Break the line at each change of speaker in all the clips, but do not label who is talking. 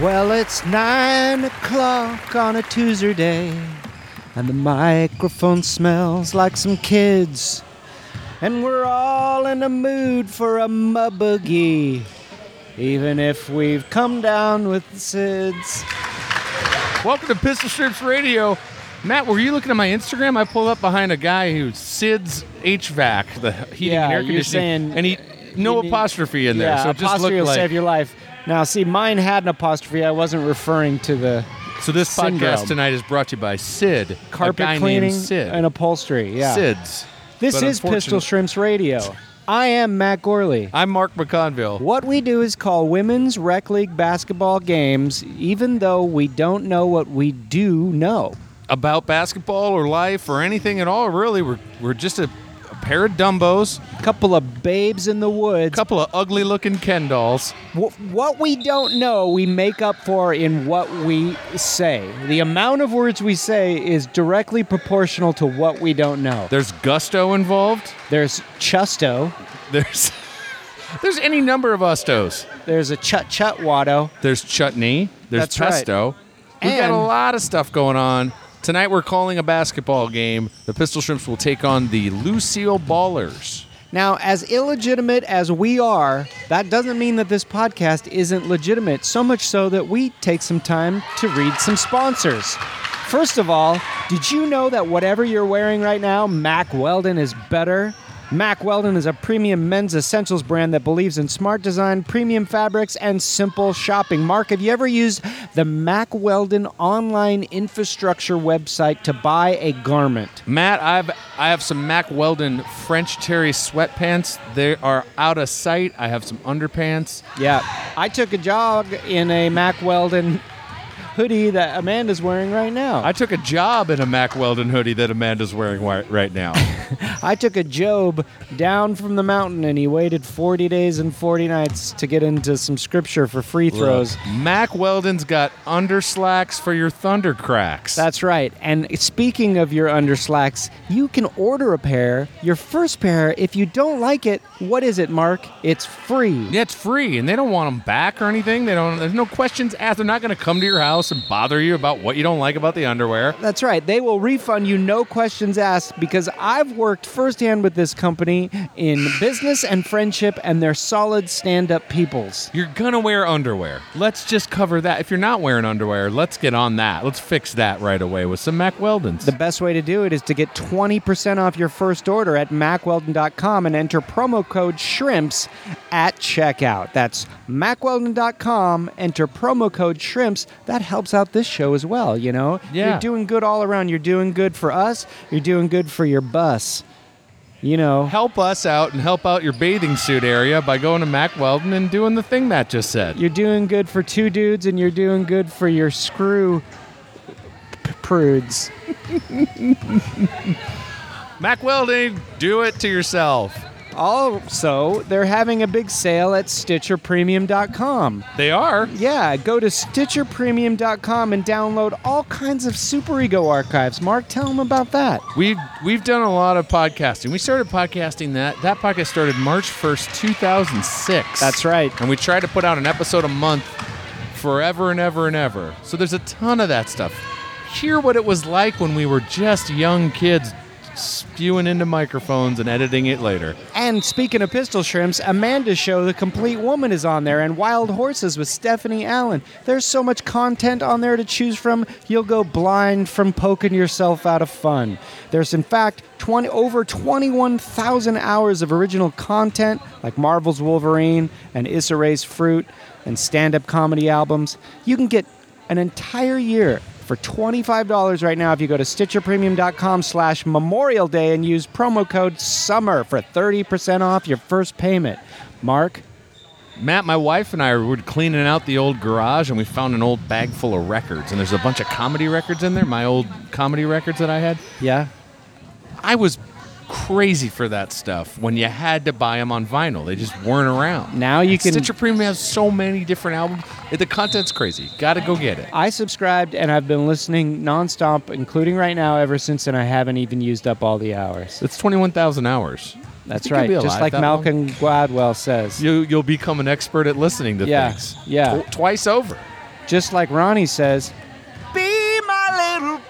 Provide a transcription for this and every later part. Well, it's nine o'clock on a Tuesday day, and the microphone smells like some kids, and we're all in a mood for a mubbugy, even if we've come down with the SIDS.
Welcome to Pistol Strips Radio. Matt, were you looking at my Instagram? I pulled up behind a guy who SIDS HVAC, the heating
Yeah,
and air
you're
conditioning,
saying-
and he no
you need-
apostrophe in there,
yeah,
so it just
apostrophe
looked
will
like
save your life. Now, see, mine had an apostrophe. I wasn't referring to the
so. This
syndrome.
podcast tonight is brought to you by Sid,
carpet
a guy
cleaning
named Sid.
and upholstery. Yeah,
Sids.
this
But
is Pistol
unfortunate-
Shrimps Radio. I am Matt Gorley.
I'm Mark McConville.
What we do is call women's rec league basketball games, even though we don't know what we do know.
About basketball or life or anything at all, really, we're we're just a, a pair of dumbos,
A couple of babes in the
a
woods.
couple of ugly-looking Ken dolls.
Wh- What we don't know, we make up for in what we say. The amount of words we say is directly proportional to what we don't know.
There's gusto involved.
There's chusto.
There's there's any number of ustos.
There's a chut chut watto.
There's chutney. There's
That's right.
pesto. We've got a
And-
lot of stuff going on. Tonight we're calling a basketball game. The Pistol Shrimps will take on the Lucille Ballers.
Now, as illegitimate as we are, that doesn't mean that this podcast isn't legitimate, so much so that we take some time to read some sponsors. First of all, did you know that whatever you're wearing right now, Mac Weldon is better? Mac Weldon is a premium men's essentials brand that believes in smart design, premium fabrics, and simple shopping. Mark, have you ever used the Mac Weldon online infrastructure website to buy a garment?
Matt, I've I have some Mac Weldon French Terry sweatpants. They are out of sight. I have some underpants.
Yeah, I took a jog in a Mac Weldon hoodie that Amanda's wearing right now.
I
I,
took a job in a Mac Weldon hoodie that Amanda's wearing wi- right now.
took a Job down from the mountain, and he waited 40 days and 40 nights to get into some scripture for free throws.
Mac Weldon's got underslacks for your thunder cracks.
That's right. And speaking of your underslacks, you can order a pair, your first pair. If you don't like it, what is it, Mark? It's free.
Yeah, it's free, and they don't want them back or anything. They don't. There's no questions asked. They're not going to come to your house and bother you about what you don't like about the underwear.
That's right. They will refund you, no questions asked, because I've worked firsthand with this company in business and friendship, and they're solid stand up peoples.
You're gonna wear underwear. Let's just cover that. If you're not wearing underwear, let's get on that. Let's fix that right away with some Mac Weldons.
The best way to do it is to get 20% off your first order at macweldon.com and enter promo code SHRIMPS at checkout. That's macweldon.com, enter promo code SHRIMPS. That helps out this show as well, you know?
Yeah.
You're doing good all around. You're doing good for us, you're doing good for your bus. You know,
help us out and help out your bathing suit area by going to Mac Weldon and doing the thing Matt just said.
You're doing good for two dudes, and you're doing good for your screw p- prudes.
Mac Welding, do it to yourself.
Also, they're having a big sale at StitcherPremium.com.
They are.
Yeah, go to StitcherPremium.com and download all kinds of Super Ego archives. Mark, tell them about that.
We've we've done a lot of podcasting. We started podcasting that that podcast started March first, two thousand six.
That's right.
And we tried to put out an episode a month forever and ever and ever. So there's a ton of that stuff. Hear what it was like when we were just young kids spewing into microphones and editing it later.
And speaking of pistol shrimps, Amanda's show, The Complete Woman, is on there, and Wild Horses with Stephanie Allen. There's so much content on there to choose from, you'll go blind from poking yourself out of fun. There's, in fact, 20, over 21,000 hours of original content, like Marvel's Wolverine and Issa Rae's Fruit and stand up comedy albums. You can get an entire year for $25 right now if you go to stitcherpremium.com slash memorial day and use promo code summer for 30% off your first payment mark
Matt, my wife and I were cleaning out the old garage and we found an old bag full of records and there's a bunch of comedy records in there, my old comedy records that I had.
yeah
I was crazy for that stuff when you had to buy them on vinyl. They just weren't around.
Now you
And
can-
Stitcher Premium has so many different albums. It- The content's crazy. Got to go get it.
i subscribed and i've been listening nonstop including right now ever since and i haven't even used up all the hours
It's twenty one thousand hours.
that's
You could
right
be
just
alive
like
that
malcolm gladwell says
You you'll become an expert at listening to
Yeah,
things.
yeah.
Tw- twice over.
just like Ronnie says,
Be my little baby.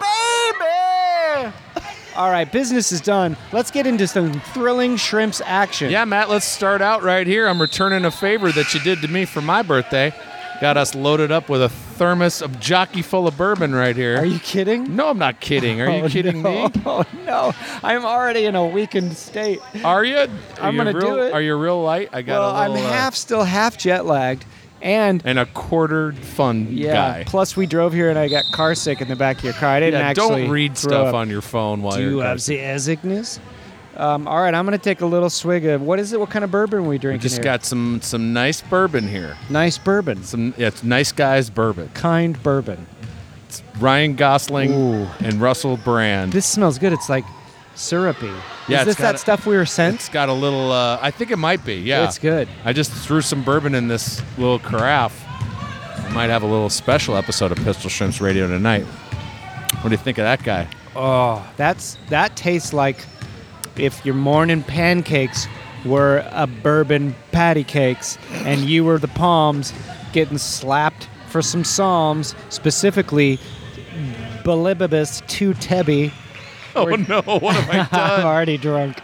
all right, business is done. Let's get into some thrilling shrimps action.
Yeah, Matt, let's start out right here. I'm returning a favor that you did to me for my birthday. Got us loaded up with a thermos, a jockey full of bourbon right here.
Are you kidding?
no, I'm not kidding. Are you
Oh,
kidding
no.
me?
Oh, no. I'm already in a weakened state.
Are you? Are
I'm
you
gonna
real-
do it.
Are you real light? I got
Well,
a
I'm
little. uh,
half still half jet lagged. And
and a quartered fun
yeah,
guy.
plus we drove here and I got car sick in the back of your car. I didn't
Yeah,
actually
don't read
throw
stuff
up.
on your phone while
Do
you're.
you have the sickness? Um, all right, I'm gonna take a little swig of what is it? What kind of bourbon are we drinking?
Just
here?
got some some nice bourbon here.
nice bourbon,
Some yeah, it's nice guys bourbon.
kind bourbon.
It's Ryan Gosling
Ooh.
and Russell Brand.
This smells good. It's like syrupy.
Yeah,
is
it's
this
got
that
a-
stuff we were
it's
sent?
got a little. Uh, I think it might be. Yeah,
It's good.
I just threw some bourbon in this little carafe. I might have a little special episode of Pistol Shrimps Radio tonight. What do you think of that guy?
Oh, that's that tastes like if your morning pancakes were a bourbon patty cakes, and you were the palms getting slapped for some psalms, specifically Belibibus to Tebby.
Oh no! What have I
I'm already drunk.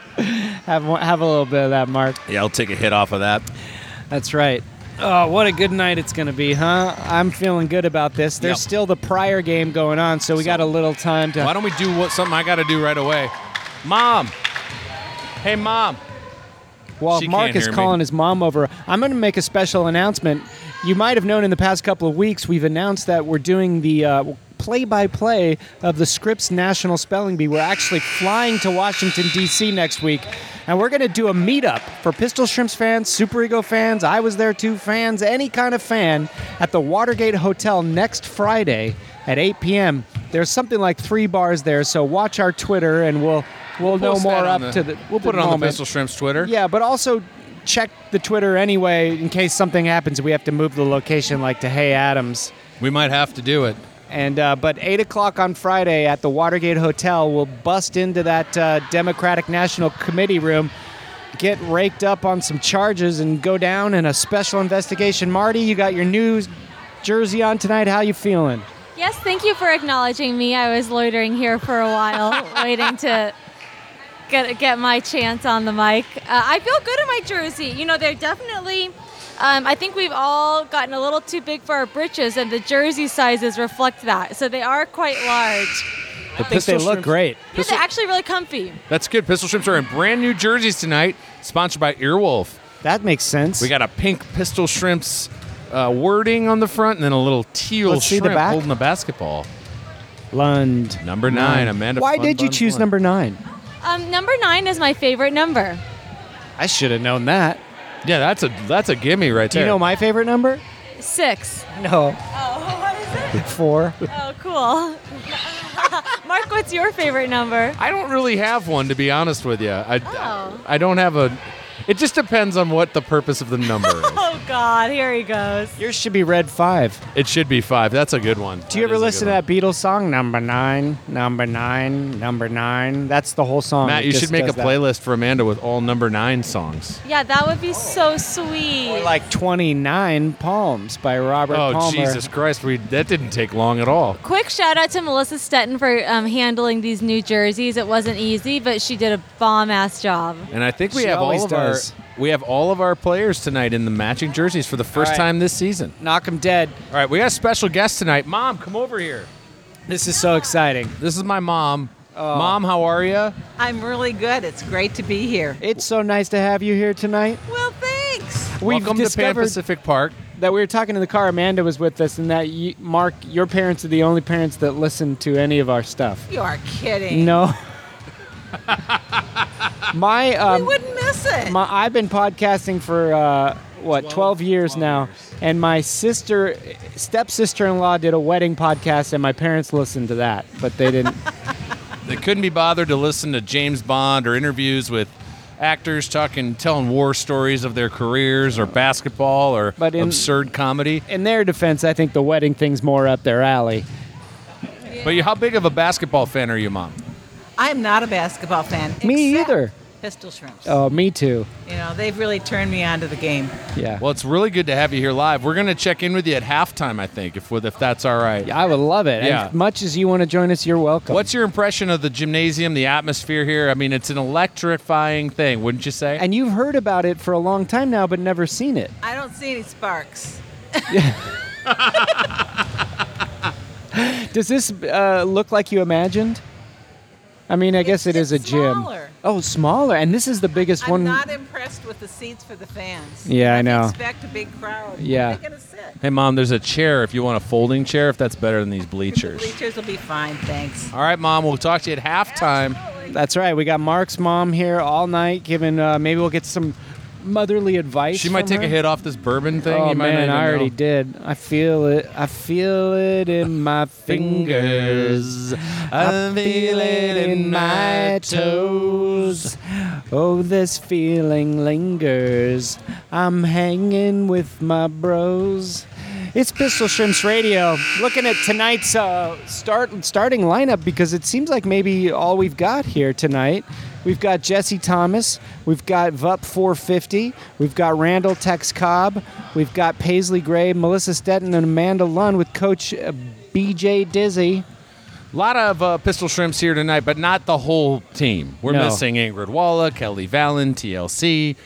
Have one- have a little bit of that, Mark.
yeah, I'll take a hit off of that.
That's right. Oh, what a good night it's going to be, huh? I'm feeling good about this. There's
Yep.
still the prior game going on, so we got a little time to.
Why don't we do what something I got to do right away? Mom. Hey, mom.
While
She can't
Mark is
hear me.
calling his mom over, I'm going to make a special announcement. You might have known in the past couple of weeks we've announced that we're doing the. Uh, Play-by-play of the Scripps National Spelling Bee. We're actually flying to Washington D.C. next week, and we're going to do a meetup for Pistol Shrimps fans, Super Ego fans. I was there too, fans, any kind of fan, at the Watergate Hotel next Friday at 8 p.m. There's something like three bars there, so watch our Twitter, and we'll we'll, know
Post that
more up
on the-
to the.
We'll
the
put it on the
moment.
Pistol Shrimps Twitter.
Yeah, but also check the Twitter anyway in case something happens. We have to move the location, like to Hay Adams.
We might have to do it.
And uh, but eight o'clock on Friday at the Watergate Hotel, we'll bust into that uh, Democratic National Committee room, get raked up on some charges, and go down in a special investigation. Marty, you got your new jersey on tonight. How you feeling?
Yes, thank you for acknowledging me. I was loitering here for a while, waiting to get get my chance on the mic. Uh, I feel good in my jersey. You know, they're definitely. Um, I think we've all gotten a little too big for our britches, and the jersey sizes reflect that. So they are quite large.
The
I think they look great.
Yeah, they're actually really comfy.
That's good. Pistol Shrimps are in brand new jerseys tonight, sponsored by Earwolf.
That makes sense.
We got a pink Pistol Shrimps uh, wording on the front and then a little teal
Let's see the
shrimp
back.
holding a basketball.
Lund
Number nine, Amanda
Why
Fun
did you
Bun
choose
Bun.
number nine?
Um, number nine is my favorite number.
I should have known that.
Yeah, that's a that's a gimme right
Do
there.
you know my favorite number?
Six.
No,
Oh, what is it?
four.
Oh, cool. Mark, what's your favorite number?
I don't really have one to be honest with you. I
Oh.
I don't have a. It just depends on what the purpose of the number is.
Oh God, here he goes.
Yours should be Red Five.
It should be five. That's a good one.
Do you ever listen to that Beatles song? Number nine, number nine, number nine. That's the whole song.
Matt,
It
you
just
should make a
does that.
playlist for Amanda with all number nine songs.
Yeah, that would be so sweet.
Or like 29 Palms by Robert
Oh
Palmer.
Jesus Christ! We that didn't take long at all.
Quick shout out to Melissa Stetton for um, handling these new jerseys. It wasn't easy, but she did a bomb ass job.
And I think we
She
have all
always
of
does.
our we have all of our players tonight in the matching jerseys for the first
All right.
time this season.
Knock 'em dead.
All right, we got a special guest tonight. Mom, come over here.
This is so exciting.
This is my mom. Mom, how are you?
I'm really good. It's great to be here.
It's so nice to have you here tonight.
Well, thanks.
We've
Welcome to Pan
discovered
Pacific Park.
that we were talking in the car. Amanda was with us, and that you, Mark, your parents are the only parents that listen to any of our stuff.
You are kidding.
No. my um,
We wouldn't miss it.
my, I've been podcasting for uh, what 12, years now, and my sister, stepsister-in-law, did a wedding podcast, and my parents listened to that, but they didn't.
They couldn't be bothered to listen to James Bond or interviews with actors talking telling war stories of their careers or basketball or
But in-
absurd comedy.
In their defense, I think the wedding thing's more up their alley.
But you, how big of a basketball fan are you, mom?
I'm not a basketball fan.
Me
except
either.
Pistol shrimps.
Oh, me too.
You know, they've really turned me onto the game.
Yeah.
Well, it's really good to have you here live. We're gonna check in with you at halftime, I think, if with if that's all right.
I would love it.
Yeah.
As much as you want to join us, you're welcome.
What's your impression of the gymnasium, the atmosphere here? I mean, it's an electrifying thing, wouldn't you say?
and you've heard about it for a long time now, but never seen it.
I don't see any sparks.
Does this uh, look like you imagined? I mean, I guess it
It's-
is a
it's
gym.
smaller.
Oh, smaller, and this is the biggest
I'm
one.
not impressed with the seats for the fans.
Yeah, I
If
know.
Expect a big crowd.
Yeah.
Where are they gonna sit?
hey, mom, there's a chair if you want a folding chair, if that's better than these
The
bleachers.
bleachers will be fine, thanks.
All right, mom, we'll talk to you at halftime.
That's right. We got Mark's mom here all night. Giving uh, maybe we'll get some motherly advice.
She might
from
take
her.
a hit off this bourbon thing.
Oh
you might
man,
not
I
even
already
know.
did. I feel it. I feel it in my fingers.
Fingers,
I
I
feel it in my toes. Oh, this feeling lingers. I'm hanging with my bros. It's Pistol Shrimps Radio. Looking at tonight's uh, start starting lineup because it seems like maybe all we've got here tonight. We've got Jesse Thomas. We've got Vup 450. We've got Randall Tex Cobb. We've got Paisley Gray, Melissa Stetton, and Amanda Lunn with Coach uh, BJ Dizzy.
A lot of uh, pistol shrimps here tonight, but not the whole team. We're
No.
missing Ingrid Walla, Kelly Vallon, TLC.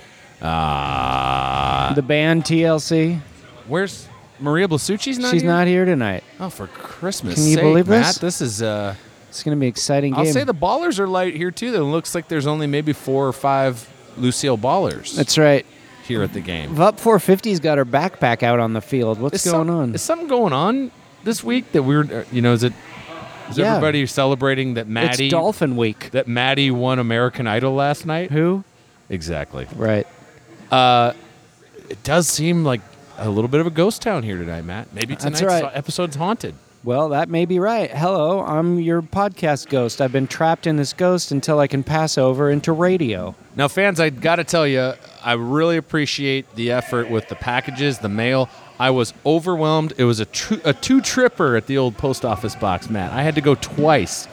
Uh,
The band TLC.
where's Maria Blasucci's not
She's
here?
not here tonight.
Oh, for Christmas
Can you
sake,
believe
Matt,
this?
is. Uh,
It's going to be an exciting
I'll
game.
say the ballers are light here too. though. It looks like there's only maybe four or five Lucille ballers
That's right.
here at the game.
Vup 450's got her backpack out on the field. What's
Is some-
going on?
Is something going on this week that we're uh, you know is it is
Yeah.
everybody celebrating that Maddie
It's Dolphin Week.
that Maddie won American Idol last night?
Who?
Exactly.
Right.
It does seem like a little bit of a ghost town here tonight, Matt. Maybe
That's
tonight's
right.
episode's haunted.
Well, that may be right. Hello, I'm your podcast ghost. I've been trapped in this ghost until I can pass over into radio.
Now, fans, I got to tell you, I really appreciate the effort with the packages, the mail. I was overwhelmed. It was a, tru- a two tripper at the old post office box, Matt. I had to go twice.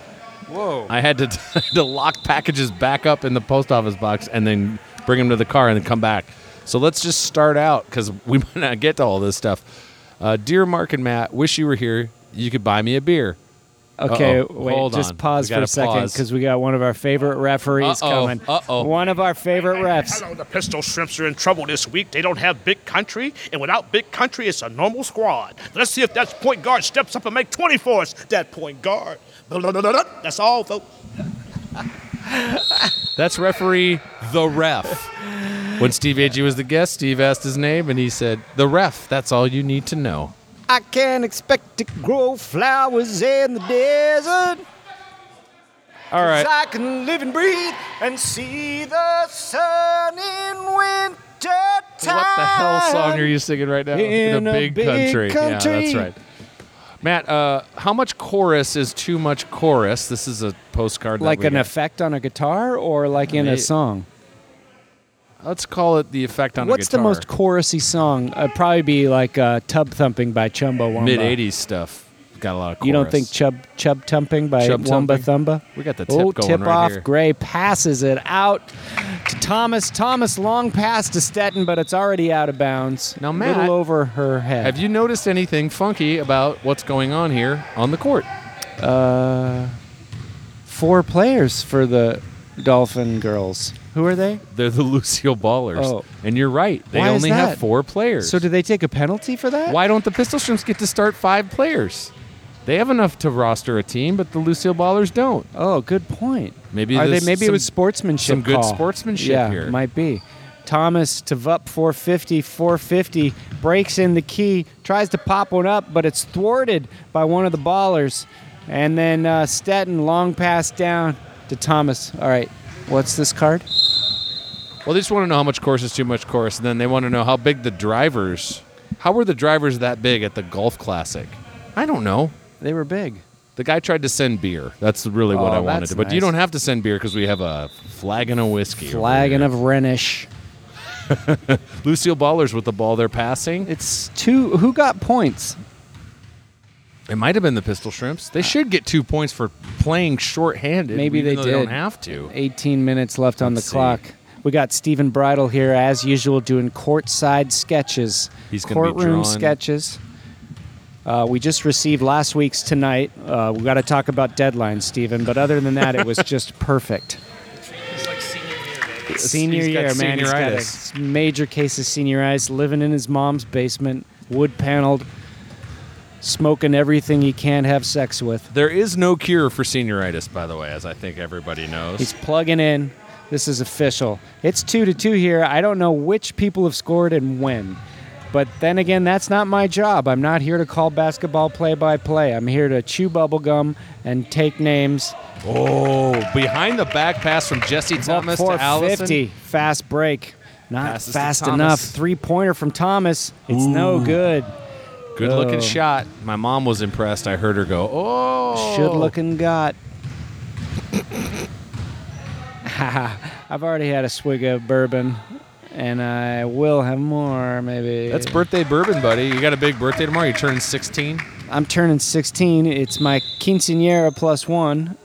Whoa. I had to, to lock packages back up in the post office box and then bring them to the car and then come back. So let's just start out because we might not get to all this stuff. Uh, Dear Mark and Matt, wish you were here. You could buy me a beer.
Okay,
Uh-oh.
wait,
Hold
just
on.
pause for
We gotta
a second
pause.
because we got one of our favorite referees
Uh-oh.
coming.
Uh-oh.
One of our favorite refs.
Hello, the Pistol Shrimps are in trouble this week. They don't have Big Country, and without Big Country, it's a normal squad. Let's see if that point guard steps up and make 20 for us. That point guard. Blah, blah, blah, blah, blah. That's all, folks.
That's referee the ref. When Steve Agee was the guest, Steve asked his name and he said, "The ref. That's all you need to know."
I can't expect to grow flowers in the desert.
All right.
I can live and breathe and see the sun in winter time.
What the hell song are you singing right now?
In a big country.
Yeah, that's right. Matt, uh, how much chorus is too much chorus? This is a postcard. that
Like
we
an
got.
effect on a guitar or like in
May-
a song?
Let's call it the effect on
What's
a
the
guitar.
most chorusy song? It'd probably be like uh, Tub Thumping by Chumbawamba.
mid '80s stuff? Got a lot of chorus.
You don't think Chub Chub Tumping by
Chub
Wamba
Tumping?
Thumba?
We got the tip
oh,
going
tip
right
off.
here.
Gray passes it out to Thomas. Thomas long pass to Stetton, but it's already out of bounds.
Now,
a
Matt,
little over her head.
Have you noticed anything funky about what's going on here on the court?
four players for the Dolphin girls? Who are they?
They're the Lucille Ballers.
Oh.
And you're right. They
Why is
only have
that?
four players.
So do they take a penalty for that?
Why don't the Pistol Shrimps get to start five players? They have enough to roster a team, but the Lucille Ballers don't.
Oh, good point.
Maybe
are they?
there's
Maybe it
some-
was sportsmanship.
some good
call.
sportsmanship
yeah,
here.
Might be. Thomas to Vup 450, 450 breaks in the key, tries to pop one up, but it's thwarted by one of the ballers, and then uh, Stetton long pass down to Thomas. All right, what's this card?
Well, they just want to know how much course is too much course, and then they want to know how big the drivers. How were the drivers that big at the Golf Classic? I don't know.
They were big.
The guy tried to send beer. That's really what
Oh,
I wanted.
that's
to. But you
nice.
don't have to send beer because we have a flagon of whiskey. over
Flagon
here.
of Rhenish.
Lucille Ballers with the ball they're passing.
It's two. Who got points?
It might have been the Pistol Shrimps. They should get two points for playing shorthanded.
Ah. Maybe
even
they
though
did.
They don't have to.
18 minutes left on
Let's
the
see.
clock. We got Stephen Bridle here, as usual, doing courtside sketches.
He's gonna be
courtroom
drawing-
sketches. Uh, we just received last week's tonight. Uh, we got to talk about deadlines, Stephen. But other than that, it was just perfect. senior
he's got
year, man. He's got a
senioritis.
major case of senioritis, living in his mom's basement, wood paneled, smoking everything he can't have sex with.
There is no cure for senioritis, by the way, as I think everybody knows.
He's plugging in. This is official. It's two to two here. I don't know which people have scored and when. But then again, that's not my job. I'm not here to call basketball play by play. I'm here to chew bubblegum and take names.
oh, behind the back pass from Jesse Thomas
Up
to Allison.
450. Fast break. Not
Passes to
fast
Thomas.
enough. Three pointer from Thomas. It's no good.
Good looking
Oh.
shot. My mom was impressed. I heard her go, oh.
Should looking got. I've already had a swig of bourbon, and I will have more maybe.
That's birthday bourbon, buddy. You got a big birthday tomorrow. You turning 16.
I'm turning 16. It's my quinceanera plus one.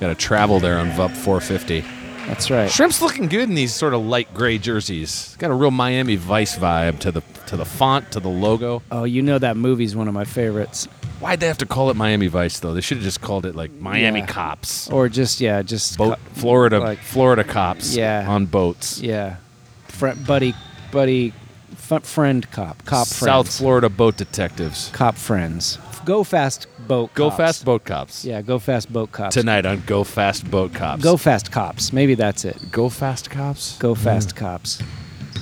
Got to travel there on VUP 450.
That's right.
Shrimp's looking good in these sort of light gray jerseys. Got a real Miami Vice vibe to the to the font, to the logo.
Oh, you know that movie's one of my favorites.
Why'd they have to call it Miami Vice though? They should have just called it like Miami
Yeah.
Cops.
Or just yeah, just
Boat
cu-
Florida
like-
Florida cops
Yeah.
on boats.
yeah, Fri buddy, buddy, f- friend cop, cop
South
friends.
Florida boat detectives.
cop friends. Go fast boat.
Go
cops.
fast boat cops.
Yeah, go fast boat cops.
Tonight on Go Fast Boat Cops.
Go fast cops. Maybe that's it.
Go fast cops.
Go fast
Mm.
cops.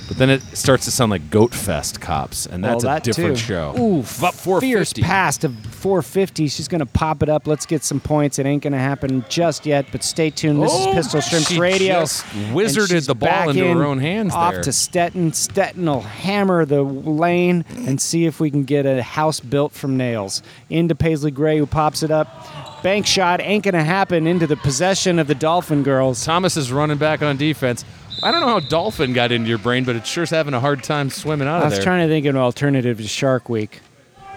But then it starts to sound like Goat Fest cops, and that's
well, Oh,
a
that
different
too.
show.
Ooh,
Up
fierce
450.
pass to 450. She's gonna pop it up. Let's get some points. It ain't gonna happen just yet, but stay tuned. This
Oh,
is Pistol Shrimps
she
Radio.
just
And
wizarded
she's
the ball
back
into her
in,
own hands
Off
there.
to Stetton. Stetton will hammer the lane and see if we can get a house built from nails. Into Paisley Gray, who pops it up. Bank shot ain't gonna happen. Into the possession of the Dolphin girls.
Thomas is running back on defense. I don't know how dolphin got into your brain, but it sure's having a hard time swimming out
I
of
was
there.
trying to think of an alternative to Shark Week.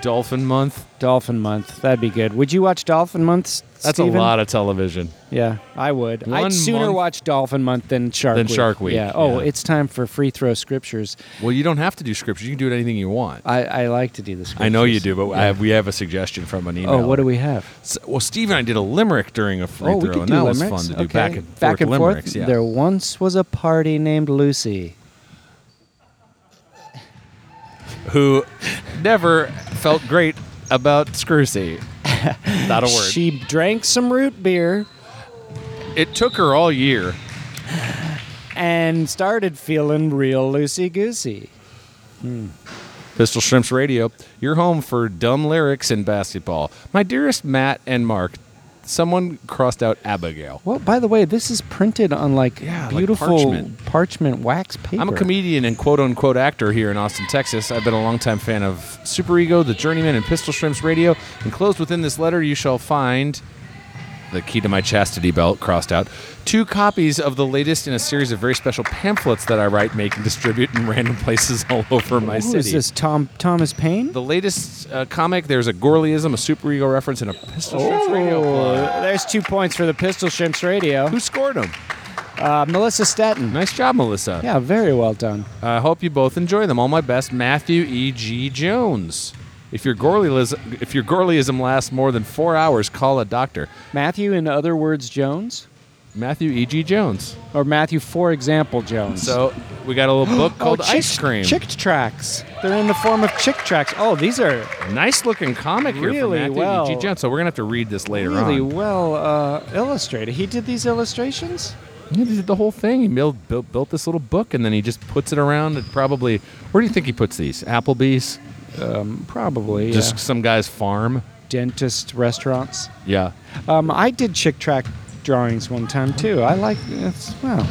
dolphin month.
Dolphin Month. That'd be good. Would you watch Dolphin Month?
That's
Steven?
a lot of television.
Yeah, I would.
One
I'd sooner
month-
watch Dolphin Month than Shark
Than
Week.
Shark Week,
Yeah. Oh,
yeah.
it's time for free throw scriptures.
Well, you don't have to do scripture. You can do it anything you want.
I, I like to do the scriptures.
I know you do, but
Yeah.
I have, we have a suggestion from an email.
oh, what do we have?
S- Well, Steve and I did a limerick during a free
oh, we
throw,
could
and
do
that
limericks.
was fun to do
okay.
back and forth
back and
limericks.
forth.
Yeah.
There once was a party named Lucy.
Who never felt great about Scroocy. Not a word.
She drank some root beer
it took her all year.
and started feeling real loosey goosey.
Pistol Shrimps Radio, your home for dumb lyrics in basketball. My dearest Matt and Mark, someone crossed out Abigail.
Well, by the way, this is printed on like
Yeah, like
beautiful
parchment.
parchment wax paper.
I'm a comedian and quote unquote actor here in Austin, Texas. I've been a longtime fan of Super Ego, The Journeyman, and Pistol Shrimps Radio. Enclosed within this letter, you shall find the key to my chastity belt crossed out two copies of the latest in a series of very special pamphlets that I write, make, and distribute in random places all over my
Who
city.
is this? Tom Thomas Paine?
The latest uh, comic, there's a Gorleyism, a Super Ego reference, and a Pistol Shrimps Radio plug.
Oh, there's two points for the Pistol Shrimps Radio.
Who scored them?
Uh, Melissa Stetton.
Nice job, Melissa.
Yeah, very well done.
I hope you both enjoy them. All my best, Matthew E. G. Jones. If your Gorleyism, if your Gorleyism lasts more than four hours, call a doctor.
Matthew, in other words, Jones,
Matthew E. G. Jones.
or Matthew, for example, Jones.
So we got a little book
Oh,
called
chick-
Ice Cream.
Chick tracks. They're in the form of chick tracks. Oh, these are
Nice looking comic here from
Really
Matthew
well.
E. G. Jones. So we're gonna have to read this later
really
on.
well uh, illustrated. He did these illustrations.
Yeah, He did the whole thing. He built, built built this little book, and then he just puts it around. At probably where do you think he puts these? Applebee's,
Probably
just
yeah.
some guy's farm.
dentist restaurants.
Yeah.
Um, I did chick track drawings one time too. I like it's wow.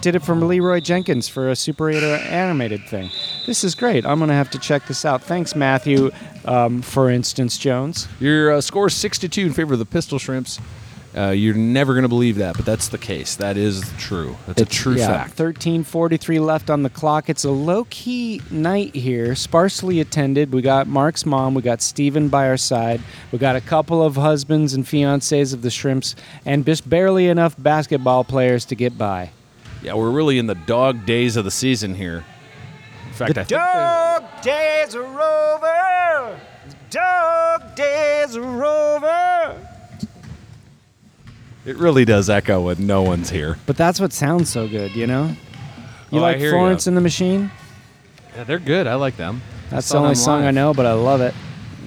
Did it from Leroy Jenkins for a Super 8 animated thing. This is great. I'm gonna have to check this out. Thanks, Matthew. Um, for instance, Jones.
Your uh, score is six to two in favor of the Pistol Shrimps. Uh, you're never going to believe that, but that's the case. That is true. That's a true
yeah,
fact.
1343 left on the clock. It's a low key night here, sparsely attended. We got Mark's mom, we got Steven by our side, we got a couple of husbands and fiancés of the shrimps, and just barely enough basketball players to get by.
yeah, we're really in the dog days of the season here. In fact, I think
Dog days are over! Dog days are over!
it really does echo when no one's here.
But that's what sounds so good, you know? You
Oh, I
like
hear
Florence
ya.
and the Machine?
Yeah, they're good. I like them.
That's
Saw
the only
them
song I
live.
know, but I love it.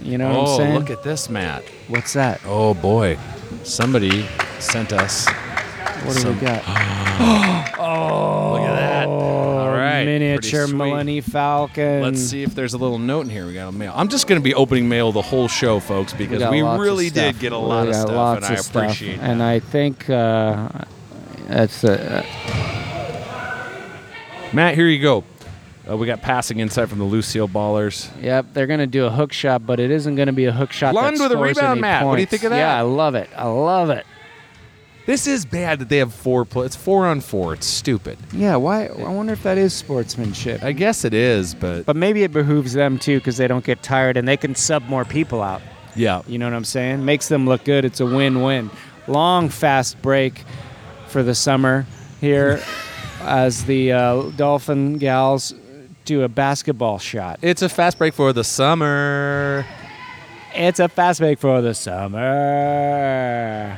You know what I'm
Oh,
saying?
look at this, Matt.
What's that?
Oh boy, somebody sent us.
What do
Some-
we got?
Look at that. All right,
Oh, miniature
pretty sweet.
Millennium Falcon.
Let's see if there's a little note in here. We got a mail. I'm just going to be opening mail the whole show, folks, because
got
we,
lots of
really
stuff.
did get a
We
lot of
got
stuff,
lots
and
of
I
stuff.
appreciate
And I think uh, that's uh,
it. Matt, here you go. Uh, we got passing insight from the Lucille Ballers.
yep. They're gonna do a hook shot, but it isn't gonna be a hook shot.
Lund
that
with a
scores
rebound,
any
Matt. What do you
points.
think of that?
Yeah, I love it. I love it.
This is bad that they have four. Pl- it's four on four. It's stupid.
Yeah. Why? I wonder if that is sportsmanship.
I guess it is, but
but maybe it behooves them too because they don't get tired and they can sub more people out.
yeah.
You know what I'm saying? Makes them look good. It's a win win. Long, fast break for the summer here as the uh, Dolphin gals do a basketball shot.
It's a fast break for the summer.
It's a fast break for the summer.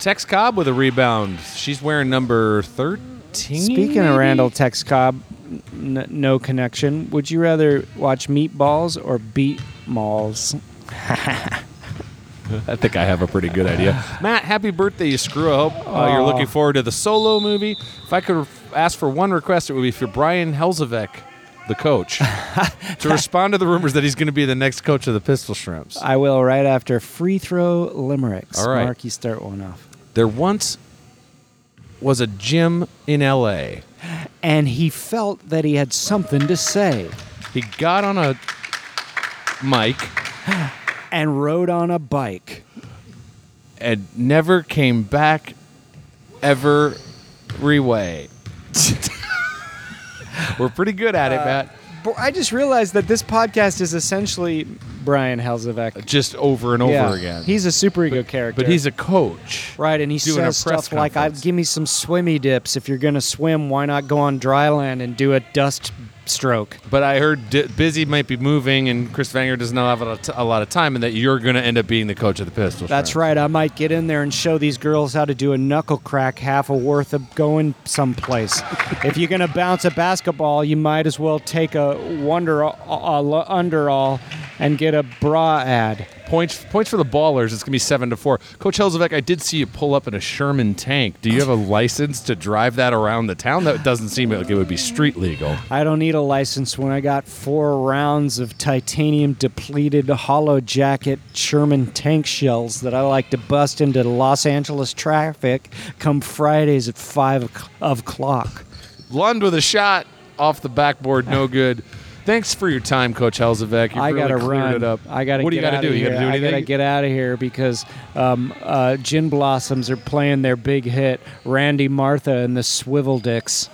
Tex Cobb with a rebound. She's wearing number 13.
Speaking of
maybe?
Randall Tex Cobb, n- no connection. Would you rather watch Meatballs or Beat Malls?
I think I have a pretty good idea. Matt, happy birthday, you screw. I hope uh, you're looking forward to the solo movie. If I could re- ask for one request, it would be for Brian Helzevec, the coach, to respond to the rumors that he's going to be the next coach of the Pistol Shrimps.
I will right after free throw limericks.
All right.
Mark, you start one off.
There once was a gym in L.A.
And he felt that he had something to say.
He got on a mic
and rode on a bike.
and never came back ever way. We're pretty good at it, Matt.
I just realized that this podcast is essentially Brian Helzevec
Just over and over
Yeah.
again.
He's a super ego character,
But he's a coach.
right, and he
doing a
says
press
stuff like, I,
conference.
"Give me some swimmy dips. If you're gonna swim, why not go on dry land and do a dust stroke?"
But I heard D- Busy might be moving, and Chris Vanger does not have a lot, a lot of time, and that you're going to end up being the coach of the Pistols.
That's
Shrimp.
right. I might get in there and show these girls how to do a knuckle crack half a worth of going someplace. if you're gonna bounce a basketball, you might as well take a wonder a, a, under all and get a bra ad.
Points, points for the Ballers. It's going to be seven to four. Coach Helzevec, I did see you pull up in a Sherman tank. Do you have a license to drive that around the town? That doesn't seem like it would be street legal.
I don't need a license when I got four rounds of titanium depleted hollow jacket Sherman tank shells that I like to bust into Los Angeles traffic come Fridays at 5 o'c- of clock.
Lund with a shot off the backboard, no good. Thanks for your time, Coach Helzevec. You
I
really
gotta
cleared
run.
it up.
I gotta.
What do you
get
gotta
outta
do? You
Here.
gotta do anything?
I gotta get out of here because um, uh, Gin Blossoms are playing their big hit, Randy Martha and the Swivel Dicks.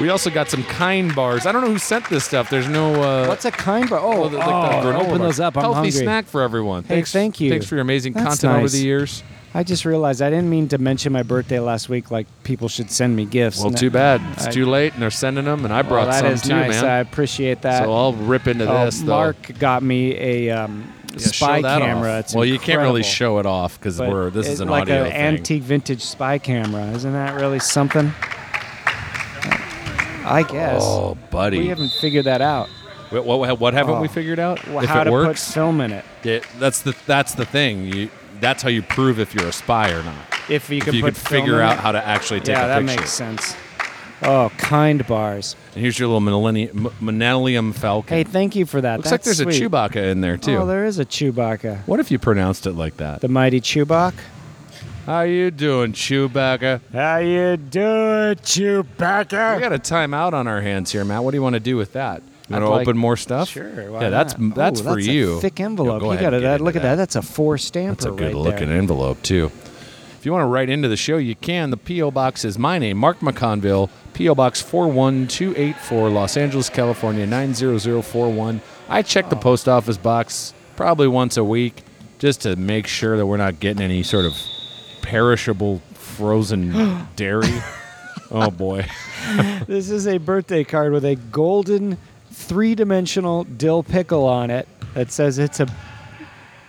we also got some kind bars. I don't know who sent this stuff. There's no. Uh,
What's a kind bar? Oh,
Oh, the- like the
oh,
granola
open
bars.
those up. I'm
Healthy
hungry.
snack for everyone. thanks,
thank you.
Thanks for your amazing
That's
content over
nice.
the years.
I just realized I didn't mean to mention my birthday last week. Like people should send me gifts.
Well,
No.
too bad. It's
I-
too late, and they're sending them, and I
Well,
brought
that
some
is
too,
nice. I
man.
appreciate that.
so I'll rip into
Oh,
this. Though.
Mark got me a um,
Yeah, show
spy
that off.
camera. It's
well, you can't
incredible.
really show it off because
But
we're this
it-
is an
like
audio
an
thing.
antique vintage spy camera. Isn't that really something? I guess
Oh, buddy.
we haven't figured that out.
what, what, what haven't
Oh.
we figured out?
Well,
if
how
it
to
works,
put film in it?
it- that's the that's the thing. You, that's how you prove if you're a spy or not.
If you
If
could
you
put
could
film
figure
in
out
it.
how to actually take
yeah,
a
that
picture.
makes sense. Oh, kind bars.
And here's your little millennium, millennium falcon.
Hey, thank you for that.
Looks like
That's
there's
sweet.
a Chewbacca in there too.
Oh, there is a Chewbacca.
What if you pronounced it like that?
The mighty Chewbacca.
How you doing, Chewbacca?
How you doing,
We
Chewbacca?
got a timeout on our hands here, Matt. What do you want to do with that? You want
I'd
to
like-
open more stuff?
Sure. why
Yeah, that's
not?
that's
Ooh,
for
that's a
you.
thick envelope.
go
you
ahead
got
and get
it.
into
Look at that.
that.
That's a four stamper.
That's a
right
good looking
there.
envelope too. If you want to write into the show, you can. The PO box is my name, Mark McConville, PO Box 41284, Los Angeles, California 90041. I check the post office box probably once a week just to make sure that we're not getting any sort of perishable frozen dairy. Oh boy.
This is a birthday card with a golden three-dimensional dill pickle on it that says it's a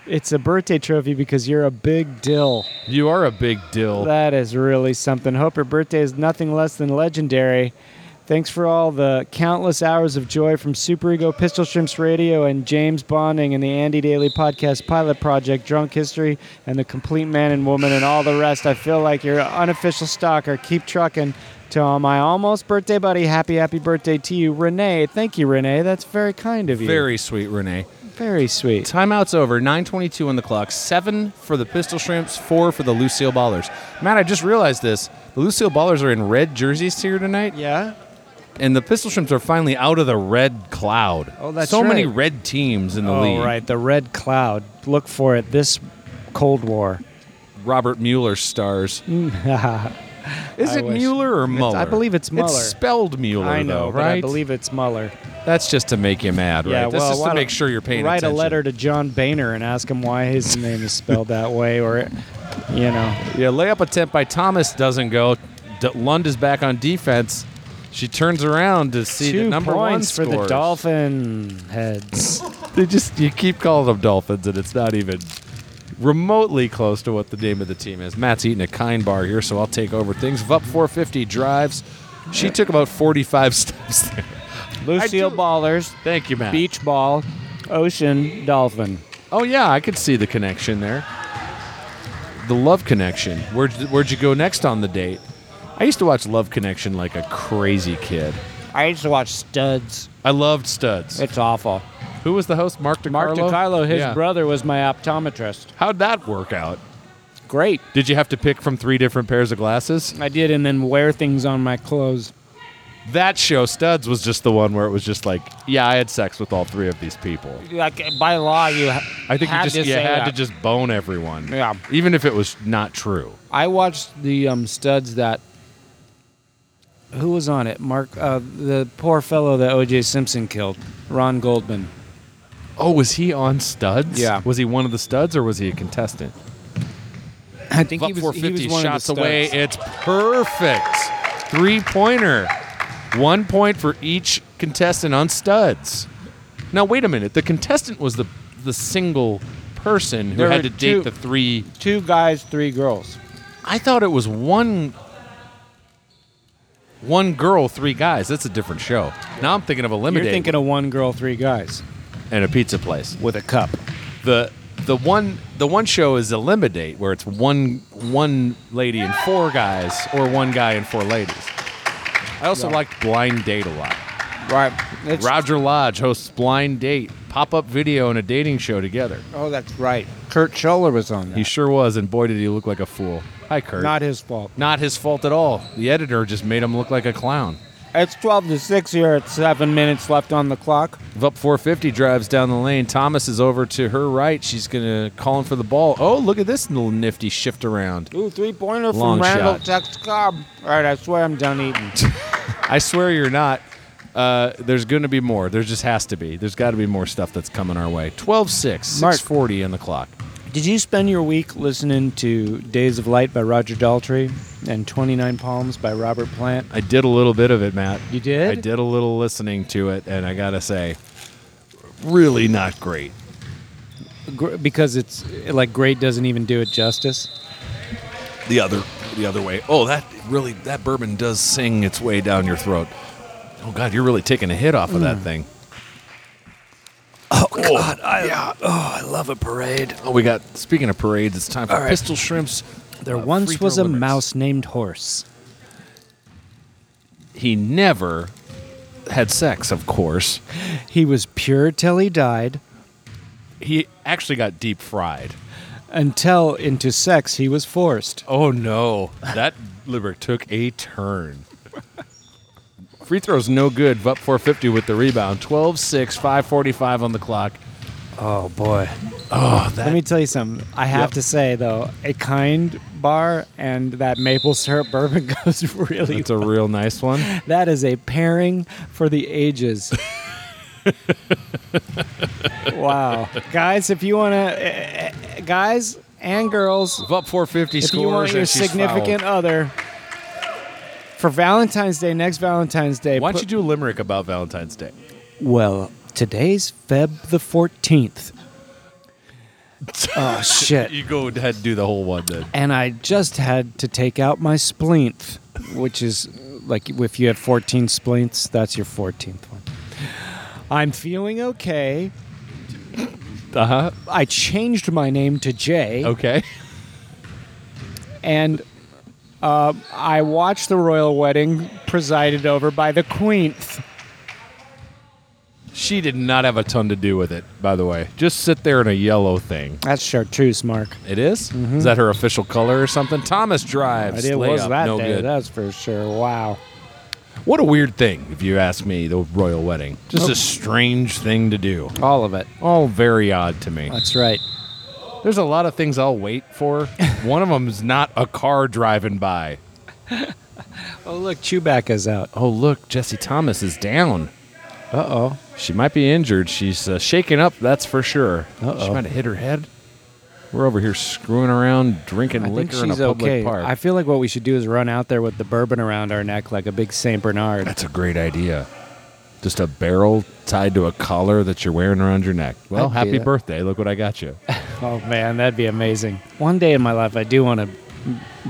it's a birthday trophy because you're a big dill.
You are a big dill.
That is really something. Hope your birthday is nothing less than legendary. Thanks for all the countless hours of joy from Super Ego Pistol Shrimps Radio and James Bonding and the Andy Daly Podcast Pilot Project, Drunk History, and The Complete Man and Woman, and all the rest. I feel like you're an unofficial stalker. Keep trucking. To all my almost birthday buddy, happy, happy birthday to you, Renee. Thank you, Renee. That's very kind of you.
Very sweet, Renee.
very sweet.
Timeout's over. 9:22 on the clock. Seven for the Pistol Shrimps. Four for the Lucille Ballers. Matt, I just realized this. The Lucille Ballers are in red jerseys here tonight,
Yeah?
and the Pistol Shrimps are finally out of the red cloud.
Oh, that's
so many
right.
red teams in the
All right,
league.
the Red Cloud. Look for it this Cold War.
Robert Mueller stars. Is
Mm. I
it
wish.
Mueller or Muller?
I believe it's Mueller.
It's spelled Mueller,
I know,
though,
but
right?
I believe it's Mueller.
that's just to make you mad,
Yeah,
right? That's
well,
just
why
to
don't-
make sure you're paying
write
attention.
a letter to John Boehner and ask him why his name is spelled that way, or you know,
Yeah, layup attempt by Thomas doesn't go. D- Lund is back on defense. She turns around to see
two
that number one
points for
scores.
the Dolphin heads.
They just you keep calling them Dolphins, and it's not even remotely close to what the name of the team is. Matt's eating a kind bar here, so I'll take over things. Vup 450 drives. She took about 45 steps there.
Lucille
do-
Ballers,
Thank you, Matt.
beach ball, ocean dolphin.
Oh yeah, I could see the connection there. The Love Connection. Where'd where'd you go next on the date? I used to watch Love Connection like a crazy kid.
I used to watch Studs.
I loved Studs.
It's awful.
Who was the host? Mark DiCarlo.
Mark DiCarlo, his
Yeah.
brother, was my optometrist.
How'd that work out?
Great.
Did you have to pick from three different pairs of glasses?
I did, and then wear things on my clothes.
That show, Studs, was just the one where it was just like, yeah, I had sex with all three of these people.
Like by law, you. Ha-
I think you
Had
just
to
you
say
had
that.
to just bone everyone.
Yeah.
Even if it was not true.
I watched the um, studs that. Who was on it? Mark, uh, the poor fellow that O.J. Simpson killed, Ron Goldman.
Oh, was he on Studs?
Yeah.
Was he one of the Studs or was he a contestant?
I think
Up
he was,
450
he was one
shots
of the
away.
Studs.
It's perfect. Three pointer. One point for each contestant on studs. Now wait a minute. The contestant was the the single person who
There
had
were
to date
two.
the three.
Two guys, three girls.
I thought it was one one girl, three guys. That's a different show. Now I'm thinking of
You're
Eliminate
thinking of one girl, three guys
and a pizza place.
with a cup.
the the one the one show is eliminate where it's one one lady and four guys or one guy and four ladies. I also liked Blind Date a lot.
Right. It's,
Roger Lodge hosts Blind Date, pop up video and a dating show together.
Oh, that's right. Kurt Scholler was on that.
He sure was, and boy did he look like a fool. Hi, Kurt.
Not his fault.
Not his fault at all. The editor just made him look like a clown.
It's 12 to 6 here at 7 minutes left on the clock.
Vup 450 drives down the lane. Thomas is over to her right. She's gonna call him for the ball. Oh, look at this little nifty shift around.
Ooh, three pointer
Long
from Randall
shot.
Tex Cobb. All right, I swear I'm done eating.
I swear you're not. Uh, there's going to be more. There just has to be. There's got to be more stuff that's coming our way. 12 6,
Mark.
640 on the clock.
Did you spend your week listening to Days of Light by Roger Daltrey and 29 Palms by Robert Plant?
I did a little bit of it, Matt.
You did?
I did a little listening to it, and I got to say, really not great.
Gr- Because it's like great doesn't even do it justice.
The other, the other way. Oh, that really, that bourbon does sing its way down your throat. Oh God, you're really taking a hit off of that thing. Mm. Oh God, I, oh, I love a parade. Oh, we got. Speaking of parades, it's time for pistol shrimps.
There
uh, free
once
throw
was a
limits.
mouse named Horse.
he never had sex, of course.
He was pure till he died.
He actually got deep fried.
Until into sex he was forced.
Oh no, that liver took a turn. Free throw's no good. Vup 450 with the rebound. 12 6, 545 on the clock.
Oh boy.
Oh, that.
Let me tell you something. I have
Yep.
to say though, a kind bar and that maple syrup bourbon goes really.
That's a real nice one.
that is a pairing for the ages. wow, guys! If you want to, eh, guys and girls,
Vup 450
if
scores.
you want your
and she's
significant
fouled.
other for Valentine's Day, next Valentine's Day,
Why don't
put-
you do a limerick about Valentine's Day?
Well, today's Feb the 14th. oh, shit.
You go ahead and do the whole one then.
And I just had to take out my spleenth, which is like if you have 14 spleenths, that's your 14th one. I'm feeling okay.
Uh huh.
I changed my name to Jay,
Okay.
and uh, I watched the royal wedding presided over by the queenth.
She did not have a ton to do with it, by the way. Just sit there in a yellow thing.
That's chartreuse, Mark.
It is? Is that her official color or something? Thomas drives.
It
lay
Mm-hmm. was
up,
that
no
day,
good.
that's for sure. Wow.
What a weird thing, if you ask me, the royal wedding. Just a strange thing to do.
All of it.
All very odd to me.
That's right.
There's a lot of things I'll wait for. One of them is not a car driving by.
Oh, look, Chewbacca's out.
Oh, look, Jesse Thomas is down.
Uh oh.
She might be injured. She's uh, shaken up, that's for sure.
Uh-oh.
She might have hit her head. We're over here screwing around, drinking
I think
liquor
she's
in a public
okay.
park.
I feel like what we should do is run out there with the bourbon around our neck like a big Saint Bernard.
That's a great idea. Just a barrel tied to a collar that you're wearing around your neck. Well,
I'd do
happy
that.
birthday. Look what I got you.
Oh man, that'd be amazing. One day in my life, I do want to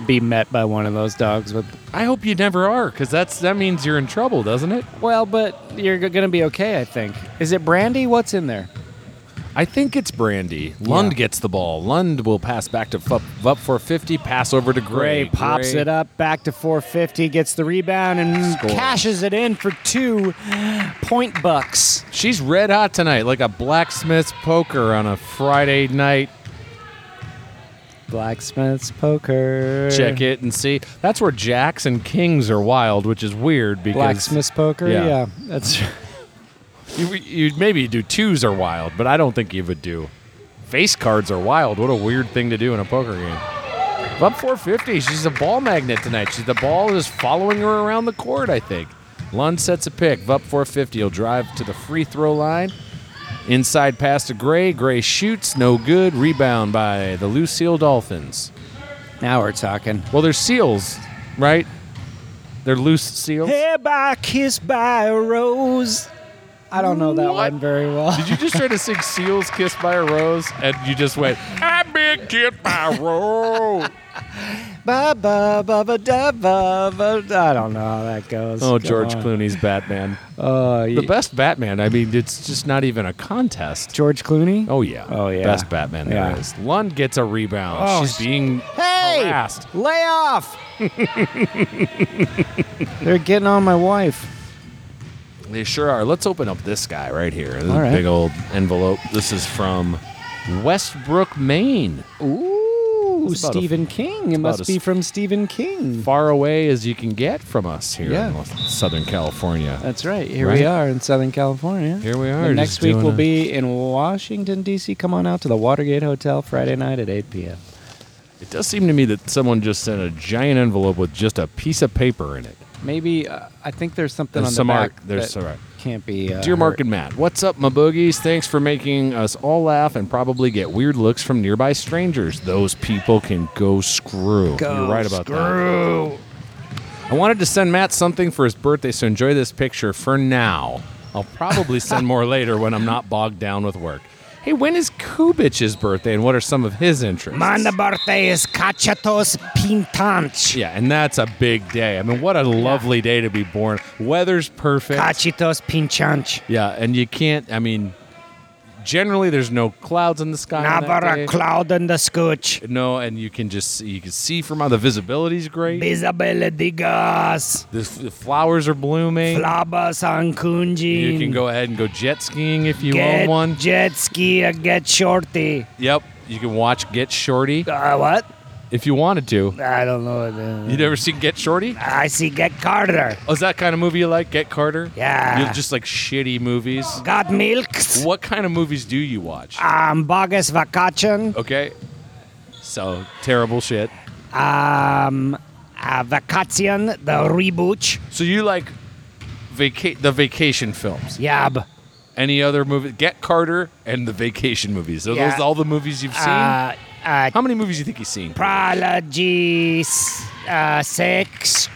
be met by one of those dogs with.
I hope you never are, because that's that means you're in trouble, doesn't it?
Well, but you're g- gonna be okay, I think. Is it brandy? What's in there?
I think it's Brandy. Lund
Yeah.
gets the ball. Lund will pass back to Fup, Vup 450, pass over to Gray.
Gray pops
Gray-
it up back to 450, gets the rebound and
Scores.
cashes it in for two point bucks.
She's red hot tonight, like a blacksmith's poker on a Friday night.
Blacksmith's poker.
Check it and see. That's where jacks and kings are wild, which is weird because
Blacksmith's poker.
Yeah.
Yeah, that's.
You, you'd maybe do twos are wild, but I don't think you would do. Face cards are wild. What a weird thing to do in a poker game. Up 450. She's a ball magnet tonight. She, the ball is following her around the court, I think. Lund sets a pick. Vup 450. He'll drive to the free throw line. Inside pass to Gray. Gray shoots. No good. Rebound by the Lucille Dolphins.
Now we're talking.
Well, they're seals, right? They're loose seals.
Hereby kissed by a rose. I don't know that
What?
one very well.
Did you just try to sing Seals Kissed by a Rose and you just went, I've been kissed by a rose?
ba ba ba ba da ba ba. da- I don't know how that goes.
Oh,
Come
George
on.
Clooney's Batman.
Oh,
The
yeah.
best Batman. I mean, it's just not even a contest.
George Clooney.
Oh, yeah.
Oh, yeah.
Best Batman there
Yeah.
is. Lund gets a rebound.
Oh,
She's
she-
being
Hey!
harassed.
Lay off. They're getting on my wife.
They sure are. Let's open up this guy right here. This is
All
a
right.
big old envelope. This is from Westbrook, Maine.
Ooh,
It's about a-
Stephen King. It
about
must
a
be
s-
from Stephen King.
Far away as you can get from us here
Yeah.
in Southern California.
That's right. Here
Right.
we are in Southern California.
Here we are,
The next
just
week
doing
will
a-
be in Washington D.C. Come on out to the Watergate Hotel Friday night at 8 p.m.
It does seem to me that someone just sent a giant envelope with just a piece of paper in it.
Maybe uh, I think there's something
There's
on the
some
back.
art. There's
that
some art.
Can't be. Uh,
Dear Mark
hurt.
and Matt, what's up, my boogies? Thanks for making us all laugh and probably get weird looks from nearby strangers. Those people can go screw.
Go
You're right about that. I wanted to send Matt something for his birthday, so enjoy this picture for now. I'll probably send more later when I'm not bogged down with work. Hey, when is Kubitsch's birthday, and what are some of his interests?
birthday is Cachatos Pintanch.
Yeah, and that's a big day. I mean, what a lovely day to be born. Weather's perfect.
Cachitos Pinchanch.
Yeah, and you can't. I mean, generally there's no clouds in the sky. on that day.
cloud in the scooch.
No, and you can just you can see from how the visibility's great.
Isabella Digas.
The, f- the flowers are blooming.
Flabas Ankunji.
You can go ahead and go jet skiing if you own one.
jet ski or get shorty.
Yep, you can watch Get Shorty.
Uh, what?
if you wanted to.
I don't know. What, uh,
You never seen Get Shorty?
I see Get Carter.
Oh, is that kind of movie you like? Get Carter?
Yeah.
You just like shitty movies.
Got milks.
What kind of movies do you watch?
Um, Bogus Vacation.
Okay. So terrible shit.
Um, uh, Vacation, the reboot.
So you like vaca- the vacation films?
Yab.
Any other movie? Get Carter and the vacation movies. Are
Yeah.
those all the movies you've seen?
Uh, uh,
How many movies do you think he's seen?
Prologies. Uh, sex.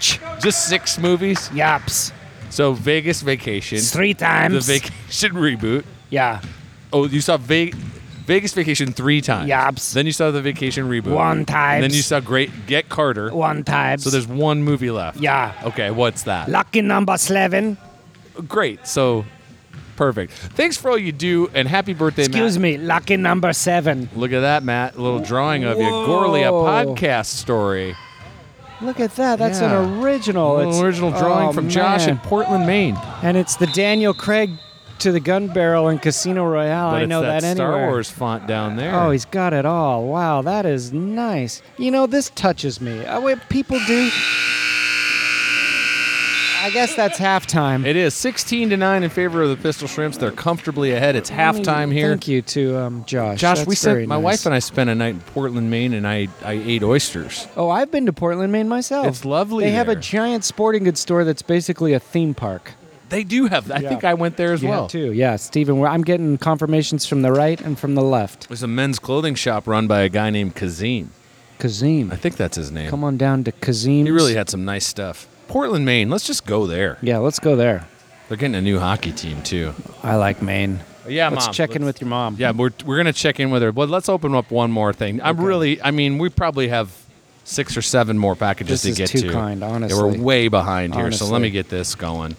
Just six movies.
Yaps.
So Vegas Vacation,
Three
the
times.
Vacation reboot.
yeah.
Oh, you saw Ve- Vegas Vacation three times.
Yaps.
Then you saw the Vacation reboot.
One
And then
times.
you saw Great Get Carter.
One time.
So there's one movie left.
Yeah.
Okay, what's that?
Lucky number 11.
Great. So perfect. Thanks for all you do and happy birthday,
Excuse
Matt.
me. Lucky number 7.
Look at that, Matt. A little drawing of you. Gorley, a
Whoa.
podcast story.
Look at that. That's
Yeah.
an original.
An original drawing
oh,
from Josh
man.
in Portland, Maine.
And it's the Daniel Craig to the gun barrel in Casino Royale.
But
I
it's
know
that,
that, anywhere.
Star Wars font down there.
Oh, he's got it all. Wow, that is nice. You know, this touches me. Uh, what people do. I guess that's halftime.
it is 16 to 9 in favor of the Pistol Shrimps. They're comfortably ahead. It's halftime here.
Thank you to um, Josh.
Josh, we
That's very
spent, my
nice.
wife and I spent a night in Portland, Maine, and I, I ate oysters.
Oh, I've been to Portland, Maine myself.
It's lovely
Oh, They have a
there.
giant sporting goods store that's basically a theme park.
They do have. I
Yeah.
think I went there as
You
well.
have too. Yeah, Stephen. I'm getting confirmations from the right and from the left.
There's a men's clothing shop run by a guy named Kazim. I
Kazim.
think that's his name.
Come on down to Kazim.
He really had some nice stuff. Portland, Maine. Let's just go there.
Yeah, let's go there.
They're getting a new hockey team too.
I like Maine.
Yeah,
let's
Mom,
check in
let's-
with your mom.
Yeah, we're we're gonna check in with her. But let's open up one more thing. I'm
Okay.
really. I mean, we probably have six or seven more packages
This
to
is
get
too
to.
kind,
Yeah,
honestly.
we're way behind here. So let
Honestly.
me get this going.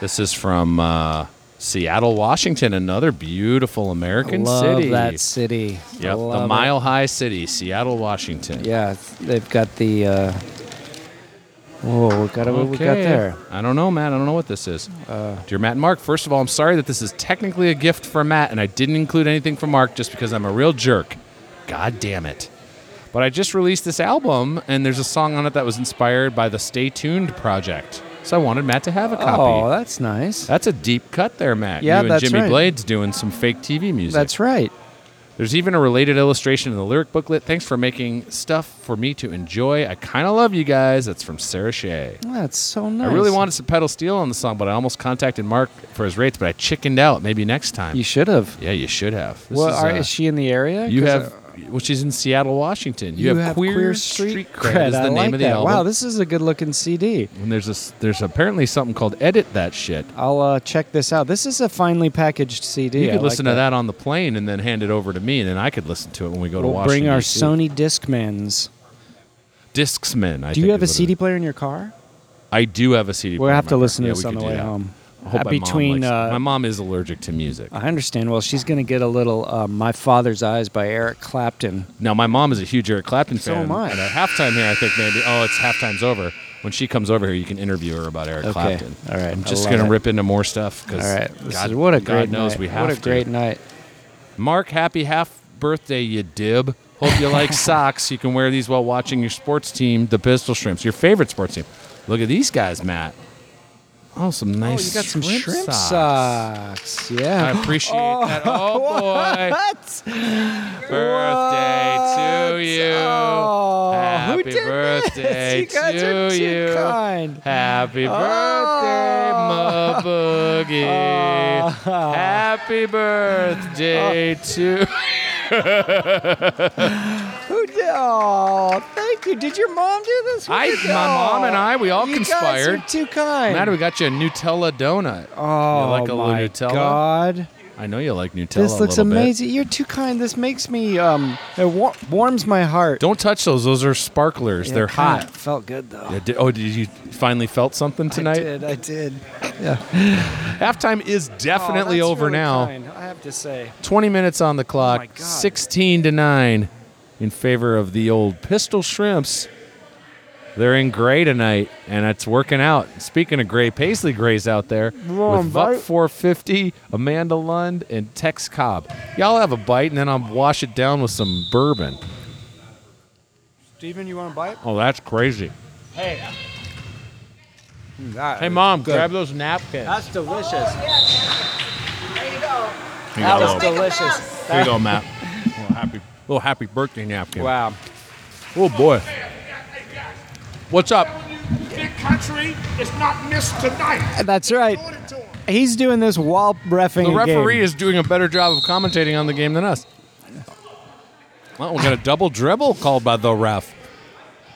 This is from uh, Seattle, Washington. Another beautiful
I
American
love
city.
that city. I
Yep,
love
the
it.
Mile High City, Seattle, Washington.
Yeah, they've got the. Uh, whoa, we got what we got
Okay.
there. Uh,
I don't know, Matt. I don't know what this is. Dear Matt and Mark, first of all, I'm sorry that this is technically a gift for Matt, and I didn't include anything for Mark just because I'm a real jerk. God damn it. But I just released this album, and there's a song on it that was inspired by the Stay Tuned project. So I wanted Matt to have a copy.
Oh, that's nice.
that's a deep cut there, Matt.
Yeah,
you and
that's
Jimmy
right.
Blades doing some fake TV music.
That's right.
There's even a related illustration in the lyric booklet. Thanks for making stuff for me to enjoy. I kind of love you guys. That's from Sarah Shea.
That's so nice.
I really wanted some pedal steel on the song, but I almost contacted Mark for his rates, but I chickened out. Maybe next time.
You should have.
yeah, you should have. This
Well,
is,
are,
uh,
is she in the area?
you
'Cause,
have,
uh,
which is in Seattle, Washington. You,
you
have, Queer, Street, Cred, is the
I
name
like
of the
that.
album.
Wow, this is a good-looking CD.
and there's a s there's apparently something called Edit That Shit.
I'll uh, check this out. This is a finely packaged CD.
You
I
could
like
listen to that on the plane and then hand it over to me, and then I could listen to it when we go to
We'll
Washington.
bring our
DC.
Sony Discmans.
Discman. I
Do
think
you have a
is what it is.
CD player in your car?
I do have a CD.
We'll
player
have
in
to
my
listen
car.
to
Yeah,
this
we
on
could
the
do
way
that.
home.
I hope
Uh,
my
between,
mom likes it.
uh,
my mom is allergic to music.
I understand. Well, she's going to get a little uh, "My Father's Eyes" by Eric Clapton.
Now my mom is a huge Eric Clapton
So
fan.
am I.
And at halftime here, I think maybe oh it's halftime's over. When she comes over here, you can interview her about Eric
Okay.
Clapton.
All right.
I'm
I
just
love
gonna
it.
rip into more stuff because
All right, this
God,
is what a
God
great
knows
night.
we have
what a
to. Oh,
great night.
Mark, happy half birthday, you dib. Hope you like socks. You can wear these while watching your sports team, the Pistol Shrimps, your favorite sports team. Look at these guys, Matt. Oh, some
you
nice.
got some shrimp, socks.
I
Yeah.
appreciate that. Oh boy.
What?
birthday
What?
to you.
Oh, who
Happy
did this?
birthday
You guys
to
are too
you.
kind.
Happy birthday,
Oh.
my boogie. Happy birthday
Oh.
to
Who did? Oh, thank you. Did your mom do this? Who
I-
did-
my mom
oh,
and I, we all
you
conspired.
Guys are too kind.
Matt, we got you a Nutella donut.
oh
you like a little
my
Nutella?
God.
I know you like Nutella.
This
a
looks
little bit.
amazing. You're too kind. This makes me um it war- warms my heart.
Don't touch those. Those are sparklers.
Yeah,
They're
kinda
hot.
Felt good though.
Yeah, di- oh, did you finally felt something
I
tonight?
did. I did. Yeah.
Halftime is definitely
Oh, that's
over
really
now.
kind, I have to say.
20 minutes on the
my
clock,
God.
16 to 9 in favor of the old Pistol Shrimps. They're in gray tonight, and it's working out. Speaking of gray, Paisley Gray's out there with Vup 450, Amanda Lund, and Tex Cobb. Y'all have a bite, and then I'll wash it down with some bourbon.
Steven, you want to bite?
Oh, that's crazy.
That
Hey,
is
mom,
good.
grab those napkins.
That's delicious.
There you go.
Here
that
you
was
go,
delicious.
Here you go, Matt. Little happy, little happy birthday napkin.
Wow.
Oh boy. What's up?
Big country is not missed tonight.
That's right.
Put it to 'em.
He's doing this while refing.
The
a game.
referee is doing a better job of commentating on the game than us. Well, we got a double dribble called by the ref.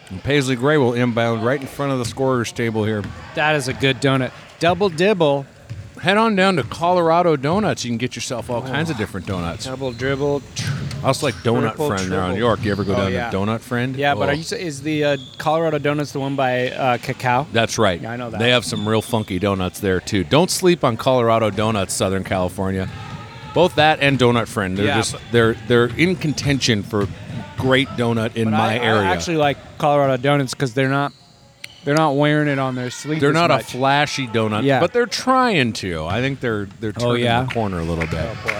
And Paisley Gray will inbound right in front of the scorer's table here.
That is a good donut. Double dibble,
Head on down to Colorado Donuts. You can get yourself all kinds of different donuts. I
double dribble. tr-
also like Donut
Oh. Triple,
Friend there on
triple.
York. You ever go
Oh,
down
yeah.
to Donut Friend?
Yeah, but
Oh.
are you? s- Is the uh, Colorado Donuts the one by uh, Cacao?
That's right.
Yeah, I know that.
They have some real funky donuts there too. Don't sleep on Colorado Donuts, Southern California. Both that and Donut Friend, they're
Yeah,
just
but-
they're they're in contention for great donut in
But
my
I,
area.
I actually like Colorado Donuts because they're not they're not wearing it on their sleeve.
they're
as
not a
much.
flashy donut,
Yeah.
but they're trying to. I think they're they're
Oh,
turning
yeah?
the corner a little bit
Oh boy.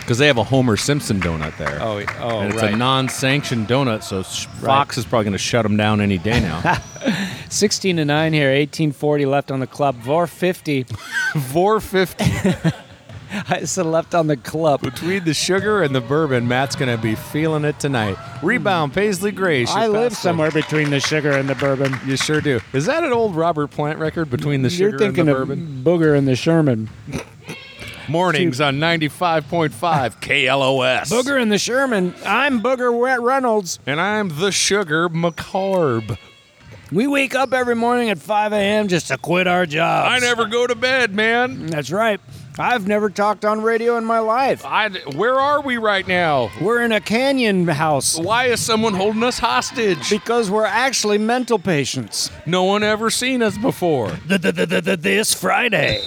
because they have a Homer Simpson donut there.
Oh, y- oh,
and it's
right.
a non-sanctioned donut, so s- Fox is probably going to shut them down any day now.
16 to 9 here, 1840 left on the club. Vor 50
Four fifty
I said left on the club.
Between the sugar and the bourbon, Matt's going to be feeling it tonight. Rebound, Paisley Gray. She
I live
passed it.
somewhere between the sugar and the bourbon.
You sure do. Is that an old Robert Plant record, Between the Sugar
You're thinking
and the
of
Bourbon?
Booger and the Sherman.
Mornings on 95.5 KLOS.
Booger and the Sherman. I'm Booger Wet Reynolds.
And I'm the Sugar McCarb.
We wake up every morning at 5 a.m. just to quit our jobs.
I never go to bed, man.
That's right. I've never talked on radio in my life.
I, where are we right now?
We're in a canyon house
Why is someone holding us hostage?
because we're actually mental patients.
No one ever seen us before.
This Friday.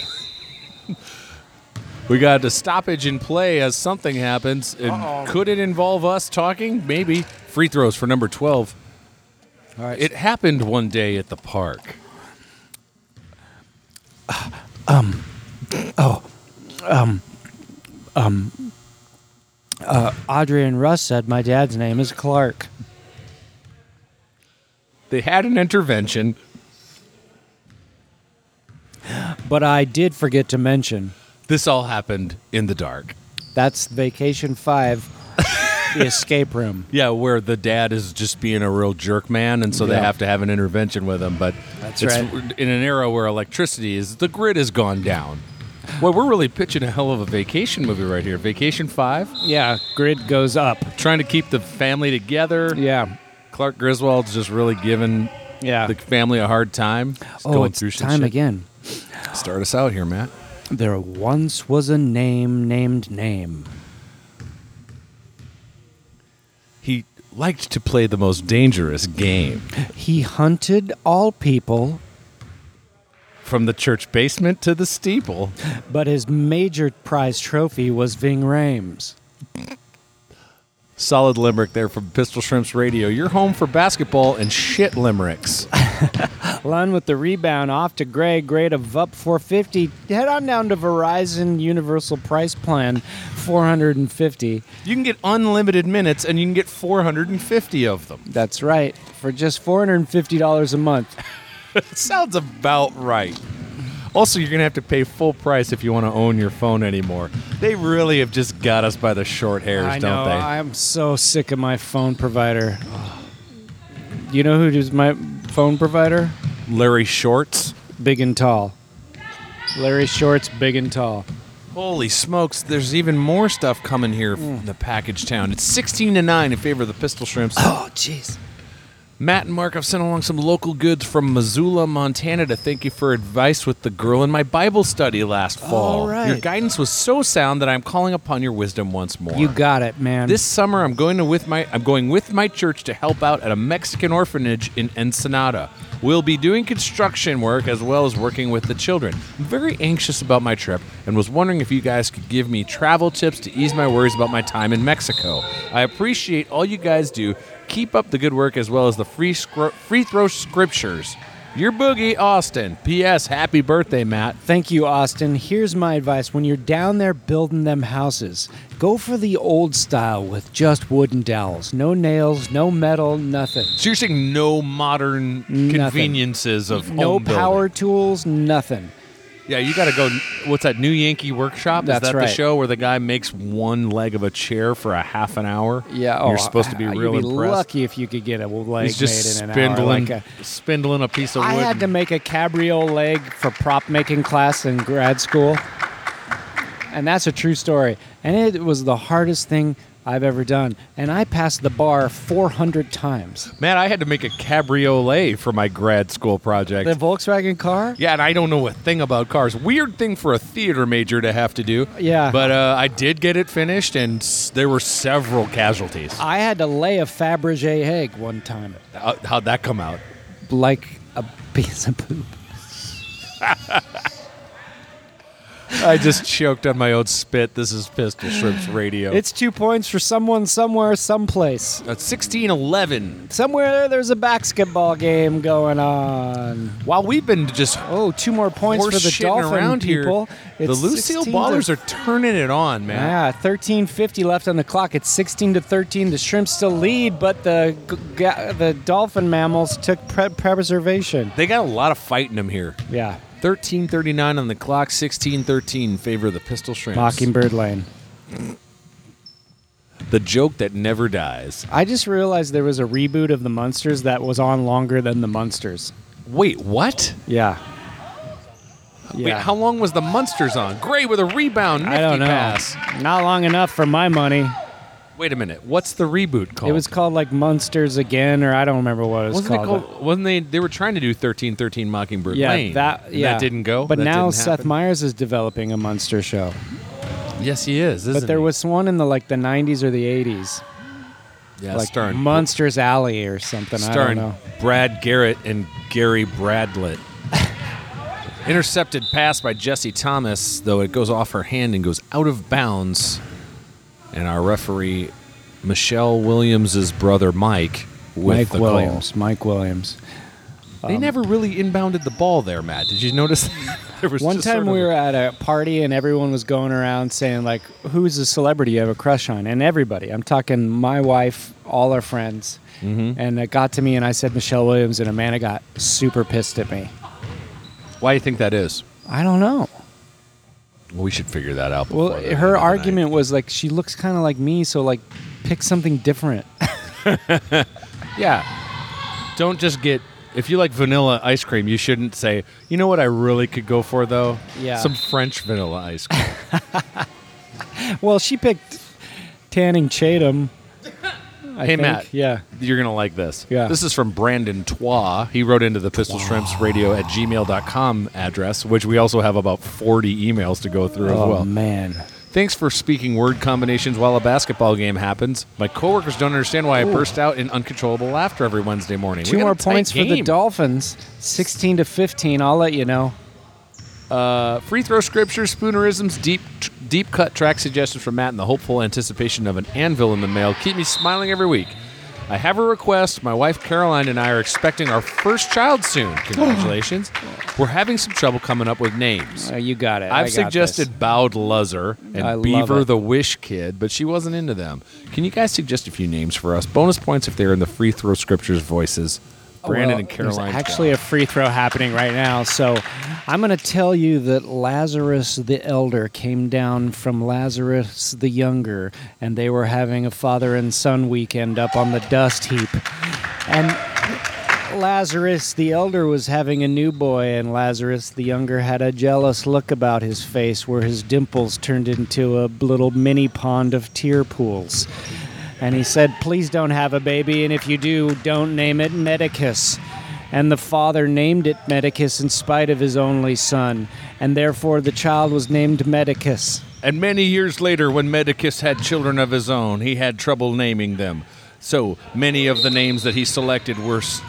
We got a stoppage in play as something happens. And could it involve us talking? Maybe. Free throws for number 12.
All right.
It happened one day at the park.
Audrey and Russ said my dad's name is Clark.
They had an intervention.
But I did forget to mention
This all happened in the dark.
that's Vacation 5, the escape room.
Yeah, where the dad is just being a real jerk man, and so they
Yeah.
have to have an intervention with him. But
That's
it's
right.
in an era where electricity is the grid has gone down. Well, we're really pitching a hell of a vacation movie right here. Vacation Five,
Yeah, grid goes up.
trying to keep the family together.
Yeah.
Clark Griswold's just really giving
Yeah.
the family a hard time. Just
oh,
going
it's
through some
time
shit.
again.
Start us out here, Matt.
There once was a name named Name.
He liked to play the most dangerous game.
He hunted all people,
From the church basement to the steeple.
but his major prize trophy was Ving Rames.
Solid limerick there from Pistol Shrimps Radio. You're home for basketball and shit limericks.
Lund with the rebound off to Gray. Gray to Vup 450. Head on down to Verizon Universal Price Plan 450.
You can get unlimited minutes and you can get 450 of them.
That's right. For just $450 a month.
Sounds about right. Also, you're going to have to pay full price if you want to own your phone anymore. They really have just got us by the short hairs,
I
don't
know.
they?
I'm so sick of my phone provider. You know who is my phone provider?
Larry Shorts.
Big and tall. Larry Short's big and tall.
Holy smokes, there's even more stuff coming here
Mm.
from the package town. It's 16 to 9 in favor of the Pistol Shrimps.
Oh, jeez.
Matt and Mark have sent along some local goods from Missoula, Montana to thank you for advice with the girl in my Bible study last fall.
All right.
Your guidance was so sound that I'm calling upon your wisdom once more.
You got it, man.
this summer I'm going to with my I'm going with my church to help out at a Mexican orphanage in Ensenada. We'll be doing construction work as well as working with the children. I'm very anxious about my trip and was wondering if you guys could give me travel tips to ease my worries about my time in Mexico. I appreciate all you guys do. Keep up the good work as well as the free scr- free throw scriptures. Your boogie, Austin. P.S. Happy birthday, Matt.
Thank you, Austin. Here's my advice when you're down there building them houses, go for the old style with just wooden dowels. No nails, no metal, nothing.
So you're saying no modern
Nothing.
conveniences of
No
home building.
power tools, nothing.
Yeah, you got to go. What's that? New Yankee Workshop?
That's
Is that
right.
the show where the guy makes one leg of a chair for a half an hour?
Yeah, oh,
you're supposed to be
I-
real
you'd be
impressed.
lucky if you could get a leg
He's just
made in an hour.
spindling,
Like a,
spindling a piece of wood.
I had to
and-
make a cabrio leg for prop making class in grad school. And that's a true story. And it was the hardest thing I've ever done. And I passed the bar 400 times.
man, I had to make a cabriolet for my grad school project.
The Volkswagen car?
yeah, and I don't know a thing about cars. Weird thing for a theater major to have to do.
Yeah.
But uh, I did get it finished, and s- there were several casualties.
I had to lay a Fabergé egg one time,
How- how'd that come out?
like a piece of poop.
I just choked on my own spit. This is Pistol Shrimps Radio.
It's two points for someone, somewhere, someplace.
uh, 1611.
Somewhere there's a basketball game going on.
While we've been just
Oh, two more points
horse
for the
shitting
Dolphin
around
people.
here, the
It's
Lucille
16 to-
Ballers are turning it on, man.
Yeah, 13:50 left on the clock. It's 16 to 13. The shrimps still lead, but the g- ga- the dolphin mammals took pre- preservation.
They got a lot of fight in them here.
Yeah,
1339 on the clock, 1613 in favor of the Pistol Shrimps.
Mockingbird Lane.
The joke that never dies.
I just realized there was a reboot of the Munsters that was on longer than the Munsters.
Wait, what?
Yeah.
Wait, how long was the Munsters on? Gray with a rebound, nifty
I don't know.
pass.
Not long enough for my money.
Wait a minute. What's the reboot called?
It was called like Munsters again, or I don't remember what it was
Oh. Wasn't it called? Wasn't they? They were trying to do thirteen thirteen Mockingbird
Yeah,
Lane.
that
and
yeah.
that didn't go.
But
That
now
didn't
Seth
happen?
Meyers is developing a Munster show.
Yes, he is. Isn't
But there
he?
was one in the like the 90s or the 80s.
yeah,
like
starring
Monsters Alley or something. I
starring
don't know.
Brad Garrett and Gary Bradlett. Intercepted pass by Jesse Thomas, though it goes off her hand and goes out of bounds. And our referee, Michelle Williams' brother Mike, with
Mike
the
Williams. Um, Mike Williams.
Call. They never really inbounded the ball there, Matt. Did you notice? there was
One
just
time
sort of
we
a-
were at a party and everyone was going around saying like, "Who's a celebrity you have a crush on?" And everybody, I'm talking my wife, all our friends,
Mm-hmm.
and it got to me and I said Michelle Williams, and Amanda got super pissed at me.
Why do you think that is?
I don't know.
Well, we should figure that out.
Well,
before the end of
her
the night.
argument was like, she looks kind of like me, so like, pick something different.
Yeah. Don't just get if you like vanilla ice cream, you shouldn't say, you know what I really could go for though?
Yeah.
Some French vanilla ice cream.
well, she picked Tanning Chatham. I
hey
think.
Matt.
Yeah.
You're gonna like this.
Yeah.
This is from Brandon Twa. He wrote into the Pistol Shrimps Radio at gmail.com address, which we also have about forty emails to go through
Oh
as well.
man.
Thanks for speaking word combinations while a basketball game happens. My coworkers don't understand why I burst out in uncontrollable laughter every Wednesday morning.
Two
We got a
more
tight
points for the
game.
Dolphins, 16 to 15. I'll let you know.
Free throw scriptures, spoonerisms, deep deep cut track suggestions from Matt, and the hopeful anticipation of an anvil in the mail keep me smiling every week. I have a request. My wife Caroline and I are expecting our first child soon. Congratulations. We're having some trouble coming up with names.
Oh, you got it. I
I've
got
suggested
this.
Bowed Luzzer and
I love
Beaver
it.
the Wish Kid, but she wasn't into them. Can you guys suggest a few names for us? Bonus points if they're in the free throw scriptures voices. Brandon
Oh, Well,
and Caroline.
There's actually a free throw happening right now. So I'm going to tell you that Lazarus the Elder came down from Lazarus the Younger, and they were having a father and son weekend up on the dust heap. And Lazarus the Elder was having a new boy, and Lazarus the Younger had a jealous look about his face where his dimples turned into a little mini pond of tear pools. And he said, Please don't have a baby, and if you do, don't name it Medicus. And the father named it Medicus in spite of his only son, and therefore the child was named Medicus.
And many years later, when Medicus had children of his own, he had trouble naming them. So many of the names that he selected were s-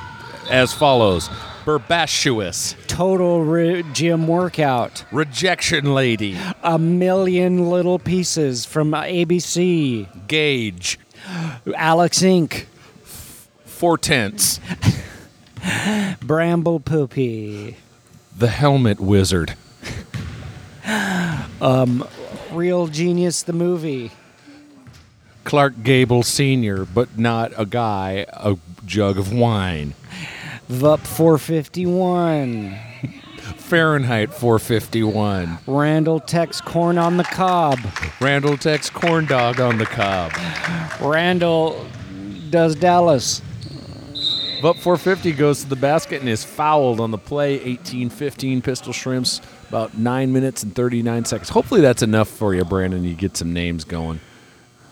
as follows Burbashuous,
Total re- gym workout.
Rejection Lady,
A million little pieces from ABC.
Gage,
Alex Inc.
Fortents,
Bramble Poopy.
The Helmet Wizard.
Real Genius, the movie.
Clark Gable Sr., but not a guy, a jug of wine.
VUP 451.
Fahrenheit 451.
Randall Tex Corn on the Cob.
Randall Tex Corn Dog on the Cob.
Randall does Dallas.
But 450 goes to the basket and is fouled on the play. 1815 Pistol Shrimps, about 9 minutes and 39 seconds. Hopefully that's enough for you, Brandon. You get some names going.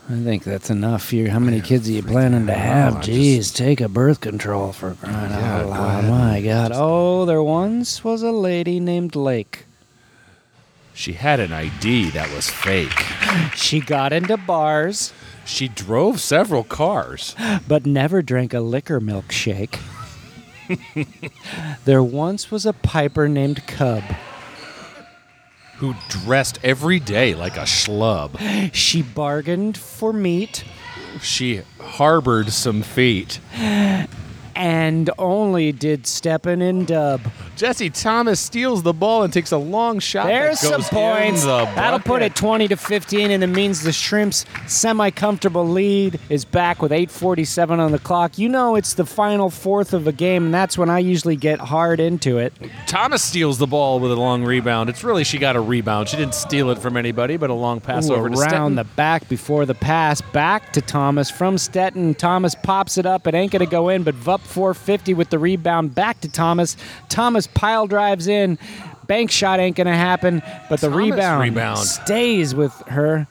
I think that's enough. Here, how many kids are you planning to have?
I just-
Jeez, take a birth control for crying out loud! My God! Oh, there once was a lady named Lake.
She had an ID that was fake.
She got into bars,
She drove several cars.
but never drank a liquor milkshake. there once was a piper named Cub.
who dressed every day like a schlub.
She bargained for meat
She harbored some feet.
and only did steppin' in dub.
Jesse Thomas steals the ball and takes a long shot.
There's
that
some
goes
points.
in the
That'll put it
bucket.
20 to 15, and it means the Shrimps' semi-comfortable lead is back with 8:47 on the clock. You know, it's the final fourth of a game, and that's when I usually get hard into it.
Thomas steals the ball with a long rebound. It's really she got a rebound. She didn't steal it from anybody, but a long pass
Ooh,
over to
around
Stetton.
the back before the pass, back to Thomas from Stetton. Thomas pops it up. It ain't gonna go in, but Vup 450 with the rebound back to Thomas. Thomas pile drives in. Bank shot ain't gonna happen, but the
Thomas
rebound,
rebound.
stays with her.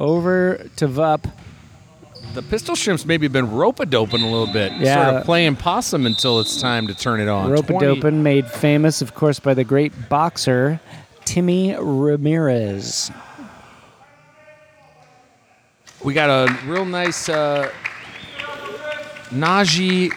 Over to Vup.
The Pistol Shrimps maybe been rope-a-doping a little bit,
Yeah.
sort of playing possum until it's time to turn it on.
Rope a
20
dopin made famous, of course, by the great boxer Timmy Ramirez.
We got a real nice uh, Najee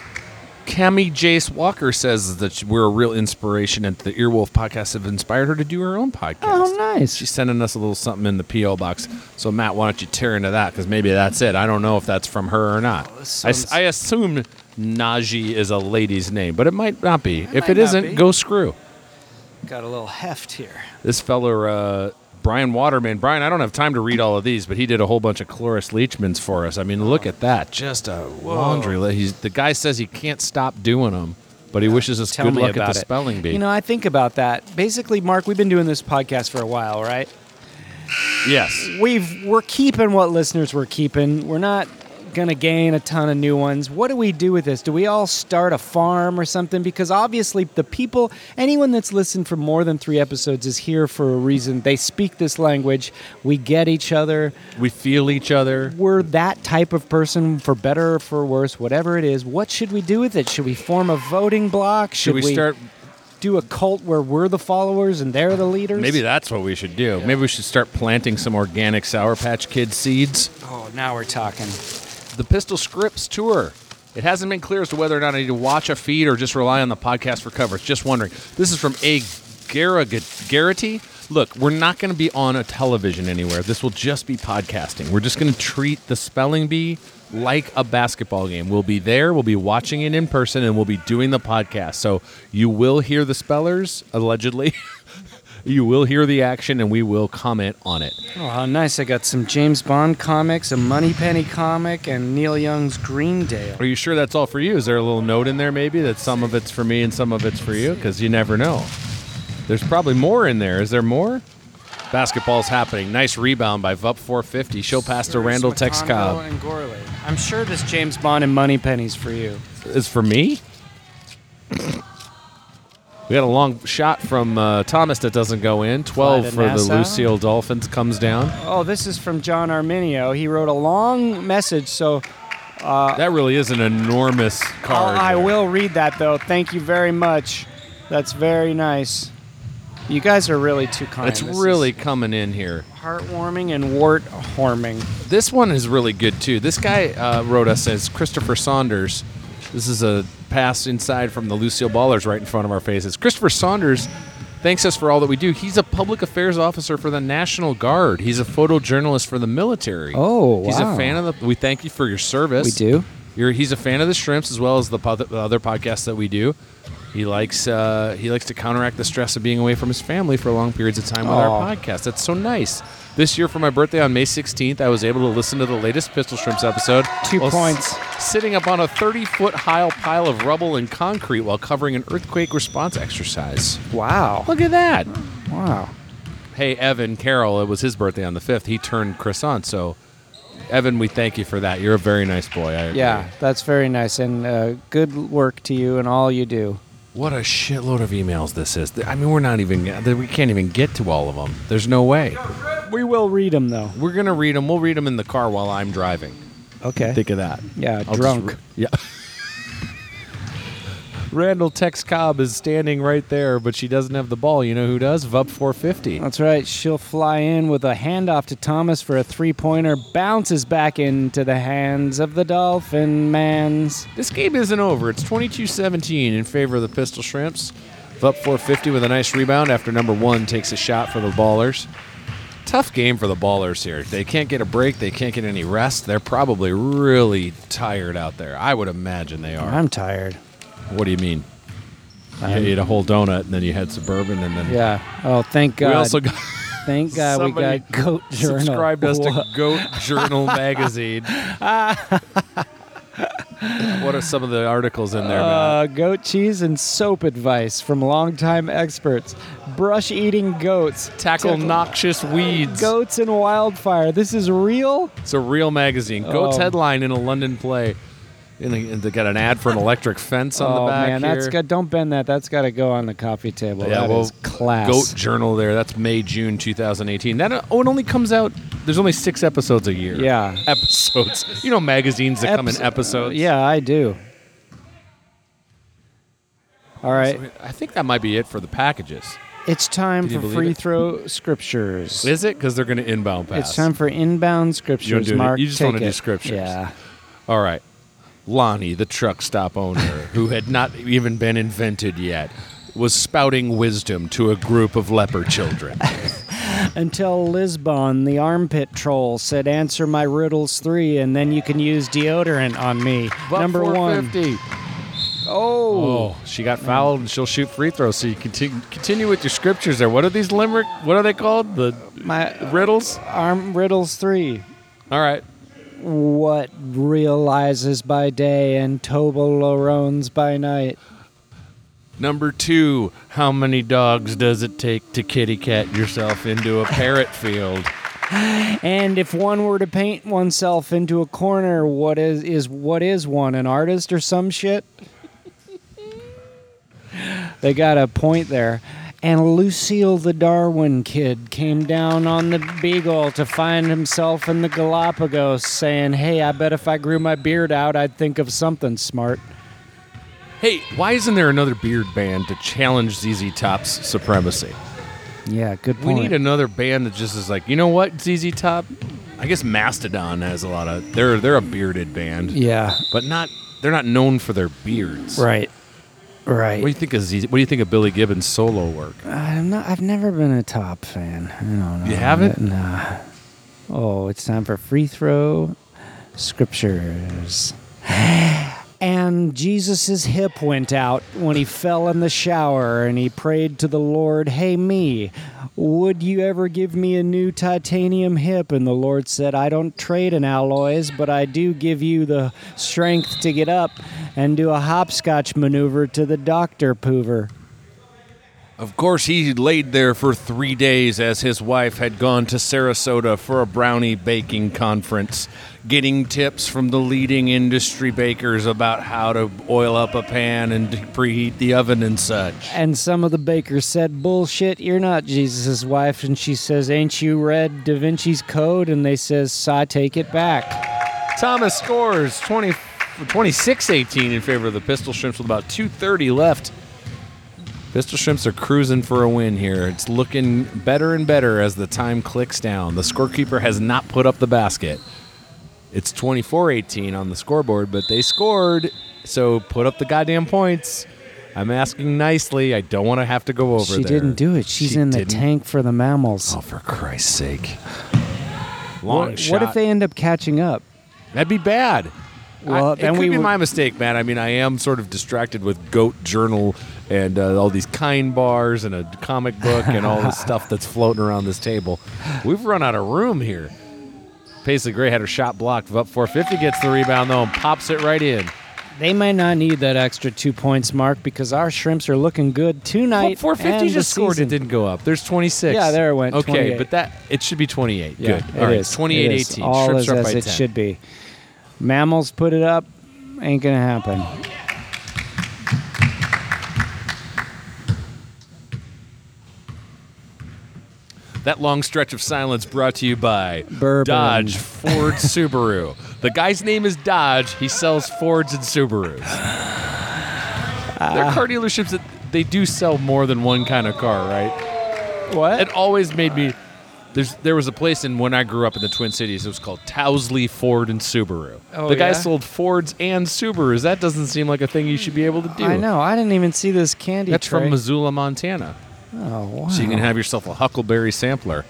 Cami Jace Walker says that we're a real inspiration, and the Earwolf podcast have inspired her to do her own podcast.
Oh, nice.
She's sending us a little something in the PO box. So Matt, why don't you tear into that? Because maybe that's it. I don't know if that's from her or not.
Oh,
I, s- I assume Najee is a lady's name, but it might not be. if
might
it
not
isn't,
be.
go screw
Got a little heft here.
this feller uh, Brian Waterman. Brian, I don't have time to read all of these, but he did a whole bunch of Cloris Leachmans for us. I mean,
Oh,
look at that, just a laundry list. He's, the guy says he can't stop doing them, but he wishes us
Tell
good
me
luck
about
at the
it.
spelling bee.
You know, I think about that. Basically, Mark, we've been doing this podcast for a while, right?
yes,
We've we're keeping what listeners were keeping. We're not gonna gain a ton of new ones. What do we do with this? Do we all start a farm or something? Because obviously the people anyone that's listened for more than three episodes is here for a reason. They speak this language. We get each other.
we feel each other.
We're that type of person for better or for worse, whatever it is. What should we do with it? Should we form a voting block?
Should we start?
do a cult where we're the followers and they're the leaders?
Maybe that's what we should do. Maybe we should start planting some organic Sour Patch Kid seeds.
Oh, now we're talking.
the Pistol Scripts tour. It hasn't been clear as to whether or not I need to watch a feed or just rely on the podcast for coverage. Just wondering. This is from A. Garrig- Garrity. Look, we're not going to be on a television anywhere. This will just be podcasting. We're just going to treat the spelling bee like a basketball game. We'll be there, we'll be watching it in person, and we'll be doing the podcast. So you will hear the spellers, allegedly. you will hear the action, and we will comment on it.
Oh, how nice. I got some James Bond comics, a Money Penny comic, and Neil Young's Greendale.
Are you sure that's all for you? Is there a little note in there maybe that some of it's for me and some of it's for you? Because you never know. There's probably more in there. Is there more? Basketball's happening. Nice rebound by Vup 450. Show pass to Randall Tex Cobb.
And Gorley. I'm sure this James Bond and Money Penny's for you.
Is for me? We got a long shot from uh, Thomas that doesn't go in.
Fly
12
to
for the
Nassau.
Lucille Dolphins comes down.
Oh, this is from John Arminio. He wrote a long message, so
that really is an enormous card.
Uh, I
there.
will read that, though. Thank you very much. That's very nice. You guys are really too kind.
It's
This is
really coming in here.
heartwarming and wart-horming.
This one is really good too. This guy uh, wrote us as Christopher Saunders. This is a pass inside from the Lucille Ballers right in front of our faces. Christopher Saunders thanks us for all that we do. He's a public affairs officer for the National Guard. He's a photojournalist for the military.
Oh,
He's
wow.
a fan of the. We thank you for your service.
We do.
You're, he's a fan of the Shrimps as well as the, pod, the other podcasts that we do. He likes uh, he likes to counteract the stress of being away from his family for long periods of time with our
Aw.
podcast. That's so nice. This year for my birthday on May 16th, I was able to listen to the latest Pistol Shrimps episode.
Two
while s-
points.
sitting up on a 30 foot high pile of rubble and concrete while covering an earthquake response exercise.
Wow.
Look at that.
Wow.
Hey, Evan Carroll, it was his birthday on the 5th. He turned Chris on. So, Evan, we thank you for that. You're a very nice boy. I agree.
Yeah, that's very nice. And uh, good work to you and all you do.
What a shitload of emails this is. I mean, we're not even, we can't even get to all of them. There's no way.
We will read them, though.
We're going to read them. We'll read them in the car while I'm driving.
Okay.
Think of that.
Yeah,
just
drunk.
re- yeah. Randall Tex Cobb is standing right there, but she doesn't have the ball. You know who does? Vup 450.
That's right. She'll fly in with a handoff to Thomas for a three pointer, bounces back into the hands of the Dolphin Mans.
This game isn't over. It's 22-17 in favor of the Pistol Shrimps. Up 450 with a nice rebound after number one takes a shot for the Ballers. Tough game for the Ballers here. They can't get a break. They can't get any rest. They're probably really tired out there. I would imagine they are.
I'm tired.
What do you mean? You ate a whole donut and then you had suburban and then
Uh-huh. Yeah. Oh, thank
we
God.
also got
thank God we
somebody
got Goat Journal.
subscribed us to
Wha-
Goat Journal magazine. what are some of the articles in there? Matt?
uh, goat cheese and soap advice from longtime experts. Brush eating goats.
tackle noxious weeds.
Goats and wildfire. This is real.
It's a real magazine. Goat's
Oh.
headline in a London play. And they- and they got an ad for an electric fence on
oh
the back
man,
here.
that's good. Don't bend that. That's got to go on the coffee table.
Yeah,
That
well,
is class.
Goat Journal there. That's May June 2018. That oh, it only comes out. There's only six episodes a year.
Yeah.
episodes. You know, magazines that come in
Epis-
episodes.
Yeah, I do. All right,
I think that might be it for the packages.
it's time
Can you
for
believe
free
it?
throw scriptures.
Is it? Because they're going to inbound pass.
It's time for inbound scriptures.
do it.
Mark,
You just
take
wanna do
it.
scriptures.
Yeah.
All right. Lonnie, the truck stop owner, who had not even been invented yet, was spouting wisdom to a group of leper children.
Until Lisbon, the armpit troll said, "Answer my riddles three, and then you can use deodorant on me." Number one. Oh.
Oh, she got fouled and she'll shoot free throws. So you continue, continue with your scriptures there. What are these limerick? What are they called? The
my
riddles?
arm riddles three.
All right.
What realizes by day and Toblerones by night?
Number two, how many dogs does it take to kitty cat yourself into a parrot field?
And if one were to paint oneself into a corner, what is is what is one? An artist or some shit? they got a point there. And Lucille the Darwin kid came down on the Beagle to find himself in the Galapagos saying, Hey, I bet if I grew my beard out, I'd think of something smart.
Hey, why isn't there another beard band to challenge ZZ Top's supremacy?
Yeah, good
We
point.
need another band that just is like, you know what, ZZ Top? I guess Mastodon has a lot of. They're they're a bearded band,
Yeah,
but not they're not known for their beards.
right. Right.
What do you think of ZZ? What do you think of Billy Gibbons' solo work?
I'm not. I've never been a top fan. I don't know.
You haven't?
Nah. Oh, it's time for free throw scriptures. And Jesus' hip went out when he fell in the shower and he prayed to the Lord, Hey, me, would you ever give me a new titanium hip? And the Lord said, I don't trade in alloys, but I do give you the strength to get up and do a hopscotch maneuver to the doctor poover.
Of course, he laid there for three days as his wife had gone to Sarasota for a brownie baking conference, getting tips from the leading industry bakers about how to oil up a pan and preheat the oven and such.
And some of the bakers said, Bullshit, you're not Jesus' wife. And she says, Ain't you read Da Vinci's Code? And they says, "So I take it back.
Thomas scores 20, 26 18 in favor of the Pistol Shrimps with about 230 left. Pistol Shrimps are cruising for a win here. It's looking better and better as the time clicks down. The scorekeeper has not put up the basket. It's 24 18 on the scoreboard, but they scored, so put up the goddamn points. I'm asking nicely. I don't want to have to go over
she
there.
didn't do it. She's
She
in the
didn't.
tank for the mammals.
Oh, for Christ's sake. Long
what,
shot.
what if they end up catching up?
That'd be bad.
Well,
I, it
then
could
we
be
would-
my mistake, man. I mean, I am sort of distracted with Goat Journal and uh, all these kind bars and a comic book and all the stuff that's floating around this table. We've run out of room here. Paisley Gray had her shot blocked. Up 450 gets the rebound though and pops it right in.
They may not need that extra two points, Mark, because our shrimps are looking good
Well,
tonight.
450
and the
just scored. It
season.
didn't go up. There's 26.
Yeah, there it went,
Okay,
28.
but that it should be 28.
Yeah,
Good.
it
all right,
is.
28
It is.
18.
All
Strips
is
are up
as
by
it
10.
should be. Mammals put it up. Ain't gonna happen.
That long stretch of silence brought to you by
Bourbon.
Dodge Ford Subaru. The guy's name is Dodge. He sells Fords and Subarus. Their car dealerships that they do sell more than one kind of car, right?
What?
It always made me. There's there was a place in when I grew up in the Twin Cities. It was called Towsley Ford and Subaru.
Oh,
the guy
yeah?
sold Fords and Subarus. That doesn't seem like a thing you should be able to do.
I know. I didn't even see this candy.
That's
tray.
from Missoula, Montana.
Oh wow.
So you can have yourself a Huckleberry sampler.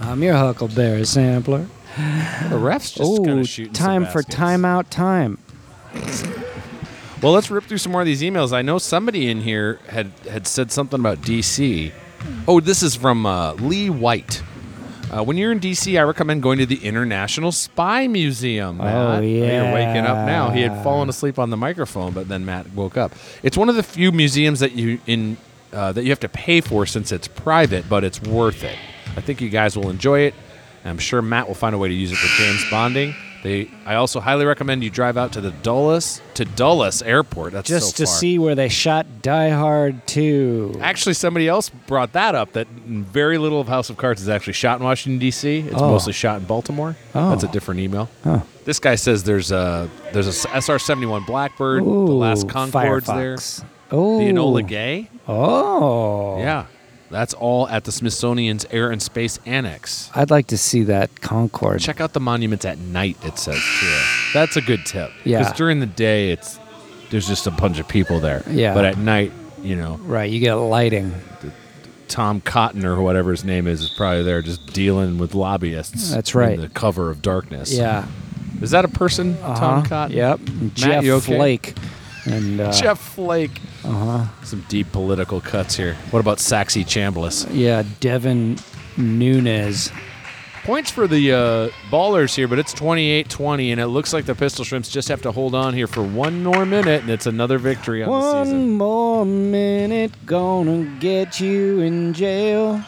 I'm your Huckleberry sampler.
The refs just kind
Oh,
of shooting. some
time for
baskets.
timeout time.
Well, let's rip through some more of these emails. I know somebody in here had had said something about DC. Oh, this is from uh, Lee White. Uh, when you're in DC, I recommend going to the International Spy Museum. Matt.
Oh,
you're waking up now. He had
yeah.
fallen asleep on the microphone, but then Matt woke up. It's one of the few museums that you in uh, that you have to pay for since it's private, but it's worth it. I think you guys will enjoy it. I'm sure Matt will find a way to use it for James Bonding. They, I also highly recommend you drive out to the Dulles to Dulles Airport. That's
Just
so
to
far.
see where they shot Die Hard 2.
Actually, somebody else brought that up. That very little of House of Cards is actually shot in Washington D.C. It's
Oh.
mostly shot in Baltimore.
Oh.
That's a different email. This guy says there's a there's a SR seventy one Blackbird, the last Concords
Firefox.
there,
Oh,
the Enola Gay.
Oh,
Yeah, that's all at the Smithsonian's Air and Space Annex.
I'd like to see that Concord.
Check out the monuments at night. It says too. That's a good tip.
Yeah.
because during the day it's there's just a bunch of people there.
Yeah.
but at night, you know.
Right, you get lighting.
Tom Cotton or whatever his name is is probably there just dealing with lobbyists.
That's right.
In the cover of darkness.
Yeah.
Is that a person, Tom
Uh-huh.
Cotton?
Yep. Jeff
you okay?
Flake. And uh,
Jeff Flake. Uh
Uh-huh.
huh. Some deep political cuts here. What about Saxy Chambliss?
Yeah, Devin Nunes.
Points for the uh, ballers here, but it's 28 20, and it looks like the Pistol Shrimps just have to hold on here for one more minute, and it's another victory on the
One
season.
more minute, gonna get you in jail.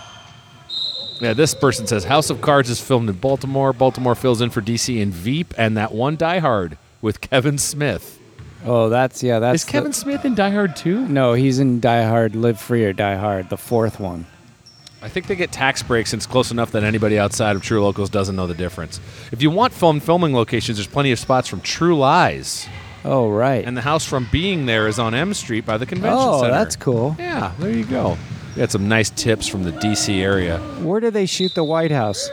Yeah, this person says House of Cards is filmed in Baltimore. Baltimore fills in for DC and Veep, and that one Die Hard with Kevin Smith.
Oh, that's, yeah, that's.
Is Kevin Smith in Die Hard 2?
No, he's in Die Hard, Live Free or Die Hard, the fourth one.
I think they get tax breaks, and it's close enough that anybody outside of True Locals doesn't know the difference. If you want fun filming locations, there's plenty of spots from True Lies,
Oh, right.
and the house from Being There is on M Street by the convention
oh,
center.
that's cool.
Yeah, there you go. We had some nice tips from the D.C. area,
Where do they shoot the White House?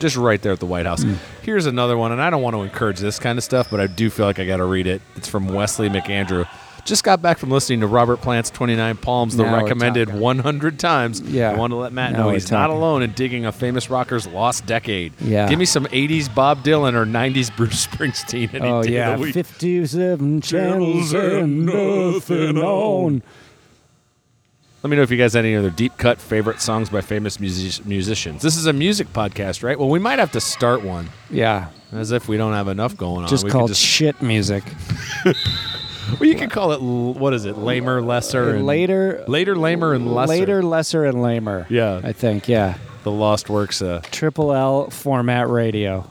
just right there at the White House.
Mm.
Here's another one, and I don't want to encourage this kind of stuff, but I do feel like I got to read it. It's from Wesley McAndrew. Just got back from listening to Robert Plant's 29 Palms, the
Now we're
recommended
talking.
100 times.
Yeah.
I want to let Matt
Now
know
we're
he's not
talking.
alone in digging a famous rocker's lost decade.
Yeah.
Give me some 80s Bob Dylan or 90s Bruce Springsteen any
Oh
day
yeah,
of the week.
fifty-seven channels and nothing on.
Let me know if you guys had any other deep cut favorite songs by famous music- musicians. This is a music podcast, right? Well, we might have to start one,
Yeah,
as if we don't have enough going on.
just
Uh, We could
called shit music.
Well, you could call it l- what is it? Lamer, lesser, and
Later,
later, lamer, and lesser.
later, lesser and lamer.
Yeah.
I think yeah.
the lost works. Uh,
Triple L format radio.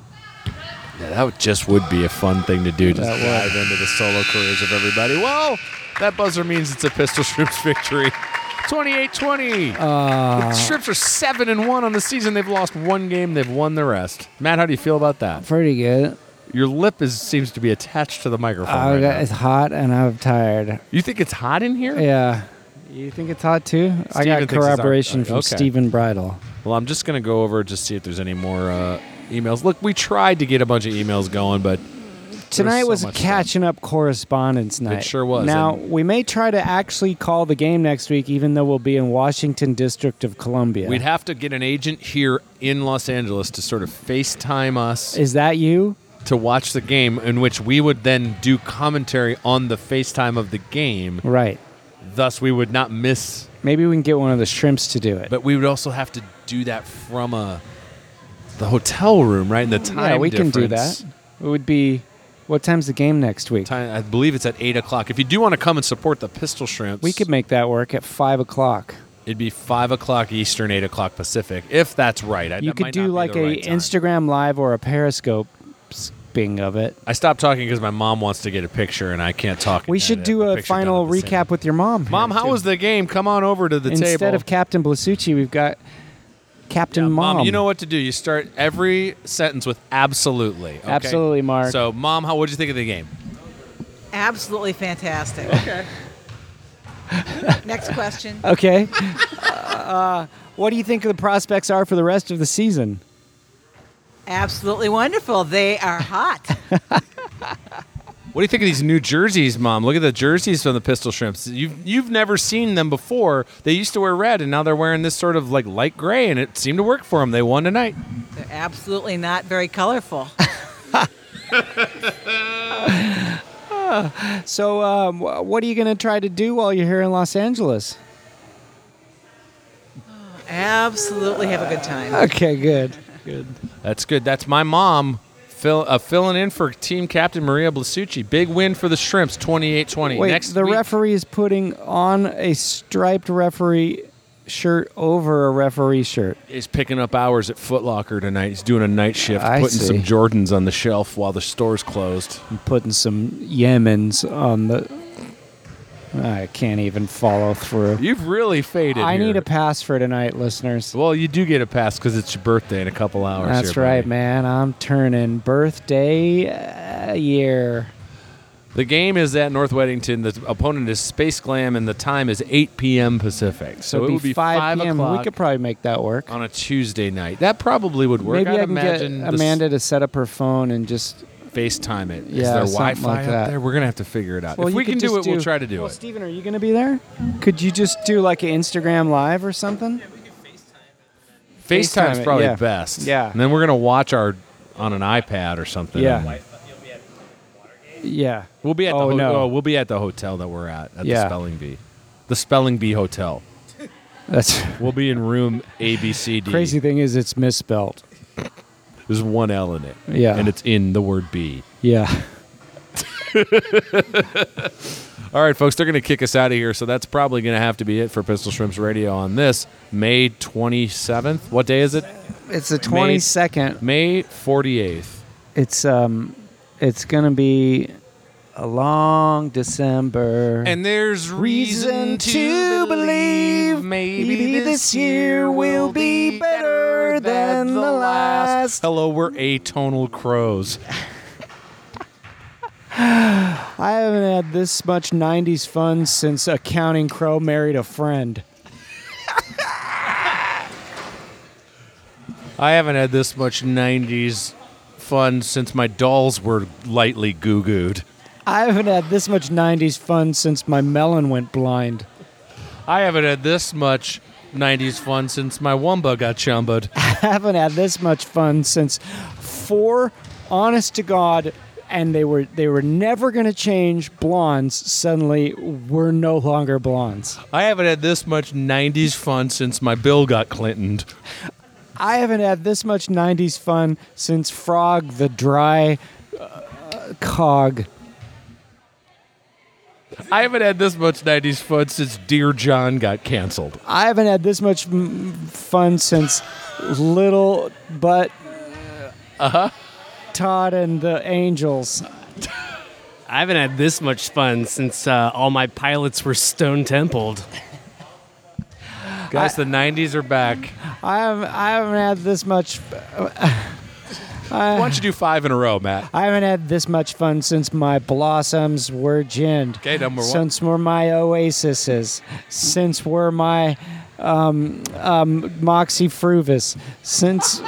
yeah, that would- just would be a fun thing to do. Just
That would.
dive into the solo careers of everybody. Well, that buzzer means it's a pistol shrimps victory. 28-20.
Uh.
the Shrimps are seven and one on the season. They've lost one game. They've won the rest. Matt, how do you feel about that?
Pretty good.
Your lip is seems to be attached to the microphone.
I
right
got,
now.
Uh, it's hot and I'm tired.
You think it's hot in here?
Yeah. You think it's hot too? I
Steven
got
thinks it's hot.
corroboration from
Okay.
Stephen Bridle.
Well, I'm just gonna go over just see if there's any more uh, emails. Look, we tried to get a bunch of emails going, but
Tonight
so
was
much
catching up correspondence night.
sure was,
Now
and-
we may try to actually call the game next week, even though we'll be in Washington District of Columbia.
we'd have to get an agent here in Los Angeles to sort of FaceTime us.
Is that you?
to watch the game, in which we would then do commentary on the FaceTime of the game.
Right.
Thus, we would not miss,
Maybe we can get one of the shrimps to do it.
but we would also have to do that from a the hotel room, right? And the time.
yeah, we can do
difference.
that. It would be. What time's the game next week?
Time, I believe it's at eight o'clock. If you do want to come and support the Pistol Shrimps,
We could make that work at five o'clock.
It'd be five o'clock Eastern, eight o'clock Pacific, if that's right. I,
You
that
could
might
do
not be
like
the
a
right time.
Instagram live or a Periscope sping of it.
I stopped talking because my mom wants to get a picture, and I can't talk.
We
and
should
have
do
the
a
picture done
final
at the same
recap with your mom. here,
Mom, how
too.
was the game? Come on over to the
Instead
table.
of Captain Blasucci, we've got Captain
Yeah,
Mom.
you know what to do. You start every sentence with absolutely. okay?
Absolutely, Mark.
So, mom, how would you think of the game?
Absolutely fantastic. Okay. Next question.
Okay. uh, what do you think the prospects are for the rest of the season?
Absolutely wonderful. They are hot.
What do you think of these new jerseys, mom? Look at the jerseys from the Pistol Shrimps. You've you've never seen them before. They used to wear red, and now they're wearing this sort of like light gray, and it seemed to work for them. They won tonight.
They're absolutely not very colorful.
So, um, wh- what are you going to try to do while you're here in Los Angeles?
Absolutely have a good time.
Okay, good. Good.
That's good. That's my mom. Fill, uh, filling in for team captain Maria Blasucci. Big win for the Shrimps, 28-20.
Wait,
Next
the
week-
referee is putting on a striped referee shirt over a referee shirt.
is picking up hours at Foot Locker tonight. He's doing a night shift,
I
putting
see.
some Jordans on the shelf while the store's closed.
I'm putting some Yemens on the. I can't even follow through.
You've really faded.
I
here.
need a pass for tonight, listeners.
Well, you do get a pass because it's your birthday in a couple hours.
That's
here,
right,
buddy.
man. I'm turning birthday uh, year.
The game is at North Weddington. The opponent is Space Glam, and the time is 8 p.m. Pacific. So,
So
it
it'd
would
be,
be 5
p.m.
o'clock
We could probably make that work.
on a Tuesday night. That probably would work.
Maybe
I'd
I can get
imagine the s-
Amanda to set up her phone and just.
FaceTime it. Is
Yeah,
there
something
Wi-Fi
like
up
that.
there? We're gonna have to figure it out.
Well,
if
you
we
could
can do
just
it, we'll try to do
well,
it.
Steven, are you going to be there? Could you just do like an Instagram live or something?
FaceTime's
FaceTime it,
probably
yeah.
best.
Yeah.
And then we're gonna watch our on an iPad or something.
Yeah. Yeah.
We'll be at
Oh,
the ho-
no.
oh, we'll be at the hotel that we're at at
Yeah.
the Spelling Bee, the Spelling Bee Hotel.
That's
We'll be in room A B C D.
crazy thing is it's misspelled.
There's one L in it.
Yeah.
And it's in the word B.
Yeah.
All right, folks, they're going to kick us out of here, so that's probably going to have to be it for Pistol Shrimps Radio on this May 27th. What day is it?
It's the 22nd.
May 48th.
It's um it's going to be a long December.
And there's
reason to believe maybe this year will be better than the last.
Hello, we're atonal crows.
I haven't had this much 90s fun since Accounting Crow married a friend.
I haven't had this much 90s fun since my dolls were lightly goo gooed.
I haven't had this much 90s fun since my melon went blind.
I haven't had this much 90s fun since my Wumba got chumbed.
I haven't had this much fun since four honest to god and they were they were never going to change blondes suddenly were no longer blondes.
I haven't had this much 90s fun since my bill got Clintoned.
I haven't had this much 90s fun since Frog the Dry uh, Cog.
I haven't had this much 90s fun since Dear John got canceled.
I haven't had this much m- fun since Little But uh-huh. Todd and the Angels.
I haven't had this much fun since uh, all my pilots were stone templed.
Guys, the 90s are back.
I haven't, I haven't had this much
Why don't you do five in a row, Matt?
I haven't had this much fun since my blossoms were ginned.
Okay, number one.
Since were my oasises. Since were my um, um, moxie fruvis. Since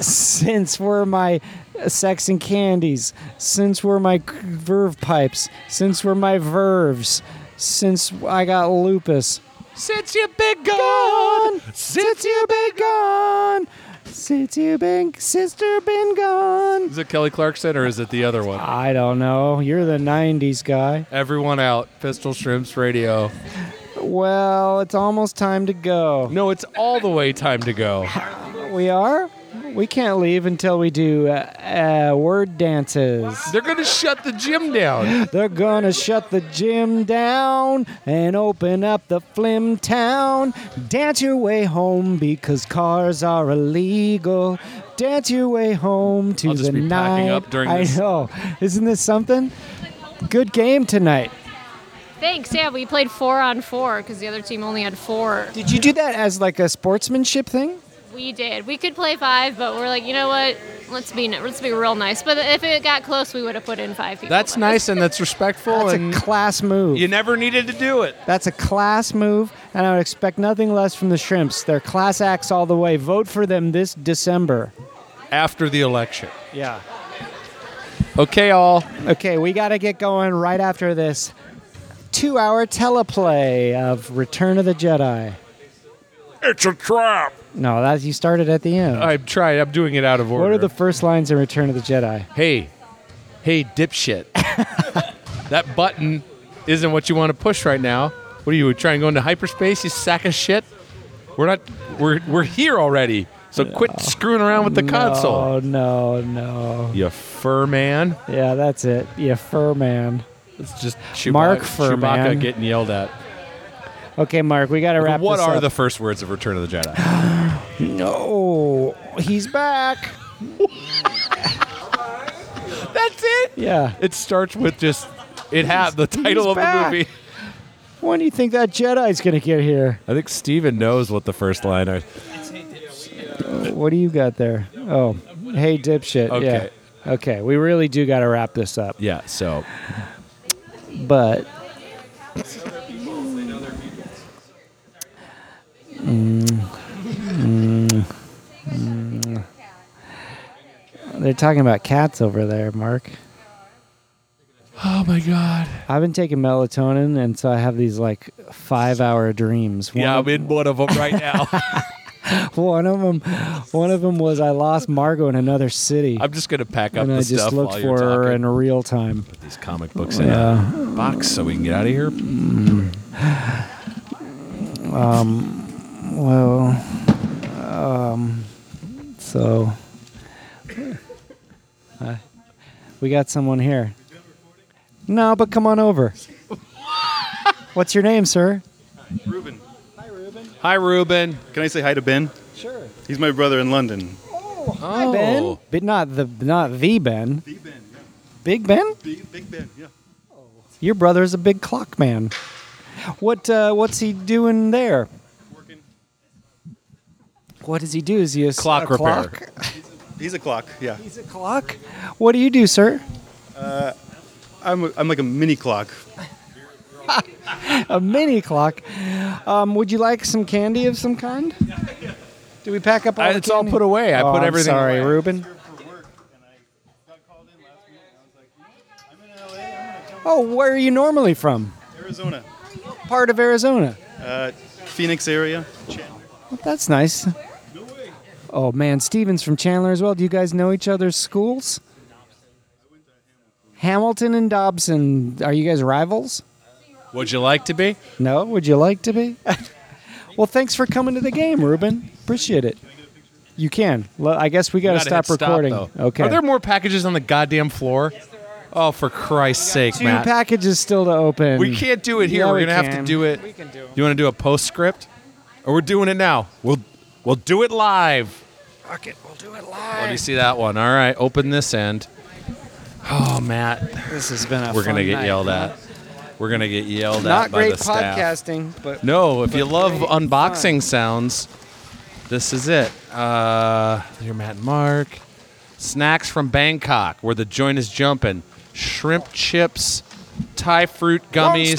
since were my sex and candies. Since were my verve pipes. Since were my verves. Since I got lupus.
Since you big gone, since you big gone,
Since you been sister been gone.
Is it Kelly Clarkson or is it the other one?
I don't know. You're the '90s guy.
Everyone out. Pistol Shrimps Radio.
Well, it's almost time to go.
No, it's all the way time to go.
We are. We can't leave until we do uh, uh, word dances.
They're going to shut the gym down.
They're gonna shut the gym down and open up the flim town. Dance your way home because cars are illegal. Dance your way home to
I'll just
the
be packing
night.
up during
I
this.
know. Isn't this something? Good game tonight.
Thanks. Yeah, we played four on four because the other team only had four.
Did you do that as like a sportsmanship thing?
We did. We could play five, but we're like, you know what? Let's be n- let's be real nice. But if it got close, we would have put in five people.
That's
but-
nice and that's respectful
That's a
Oh, and
class move.
you never needed to do it.
That's a class move, and I would expect nothing less from the Shrimps. They're class acts all the way. Vote for them this December.
After the election.
Yeah.
Okay, all.
Okay, we got to get going right after this two hour teleplay of Return of the Jedi.
It's a trap.
No, that you started at the end.
I'm trying. I'm doing it out of order.
What are the first lines in Return of the Jedi?
hey, hey, dipshit. that button isn't what you want to push right now. What are you trying to go into hyperspace? You sack of shit. We're not. We're we're here already. So quit screwing around with the console.
Oh, no, no.
You fur man.
Yeah, that's it. Yeah, fur man.
It's just Chewbacca,
Mark fur
Chewbacca
man.
getting yelled at.
Okay, Mark, we got to wrap
what
this
are
up.
the first words of Return of the Jedi?
No, he's back.
That's it.
Yeah.
It starts with just it have the title
he's
of
back.
the movie.
When do you think that Jedi's going to get here?
I think Steven knows what the first line is.
What do you got there? Oh, hey, dipshit.
Okay.
Yeah. Okay, we really do got to wrap this up.
Yeah. So
but they're talking about cats over there, Mark.
Oh my God.
I've been taking melatonin, and so I have these like five-hour dreams. One
Yeah,
of,
I'm in one of them right now.
one of them, one of them was I lost Margot in another city,
I'm just gonna pack up
and
the
I just
stuff
looked
while
for
you're
her
talking.
in real time.
Put these comic books in a box so we can get out of here.
Well, um, so uh, we got someone here. No, but come on over. What's your name, sir?
Ruben.
Hi, Ruben.
Can I say hi to Ben?
Sure.
He's my brother in London.
Hi,
Oh.
Ben. But not the not the Ben.
Big Ben, yeah.
Big Ben.
Big, big Ben, yeah.
Your brother is a big clock man. What uh, what's he doing there?
Working.
What does he do? Is he a s-
Clock
a
repair.
Clock?
He's a clock, yeah.
He's a clock. What do you do, sir?
I'm, a, I'm like a mini clock.
a mini clock. Um, would you like some candy of some kind? Do we pack up all
I-
the
it's all
candy?
put away. I
Oh,
put
I'm
everything
sorry,
away.
Ruben.
For work, and I got called in last minute, and I was like, you know, I'm in LA, I'm gonna
Oh, where are you normally from?
come Arizona,
Part of Arizona.
uh, Phoenix area.
Well, that's nice. Oh man, Steven's from Chandler as well. Do you guys know each other's schools? Hamilton and Dobson. Are you guys rivals?
Would you like to be?
No. Would you like to be? well, thanks for coming to the game, Ruben. Appreciate it. You can. Well, I guess we got to
Gotta hit
stop recording.
though.
okay.
Are there more packages on the goddamn floor? Oh, for Christ's sake,
Two
Matt.
packages still to open.
we can't do it here.
Yeah,
We're
we
gonna have
can.
to do it. We can do. You want to do a postscript, or we're doing it now? We'll we'll do it live.
Fuck it, we'll do it live.
Oh, do you see that one? All right, open this end. Oh, Matt,
This has been a.
we're
fun
gonna get
night.
yelled at. We're gonna get yelled
Not
at by
great
the staff.
podcasting, but
No, if you love
great
unboxing
fun.
sounds, this is it. Uh, here, Matt and Mark. Snacks from Bangkok, where the joint is jumping. Shrimp chips, Thai fruit gummies.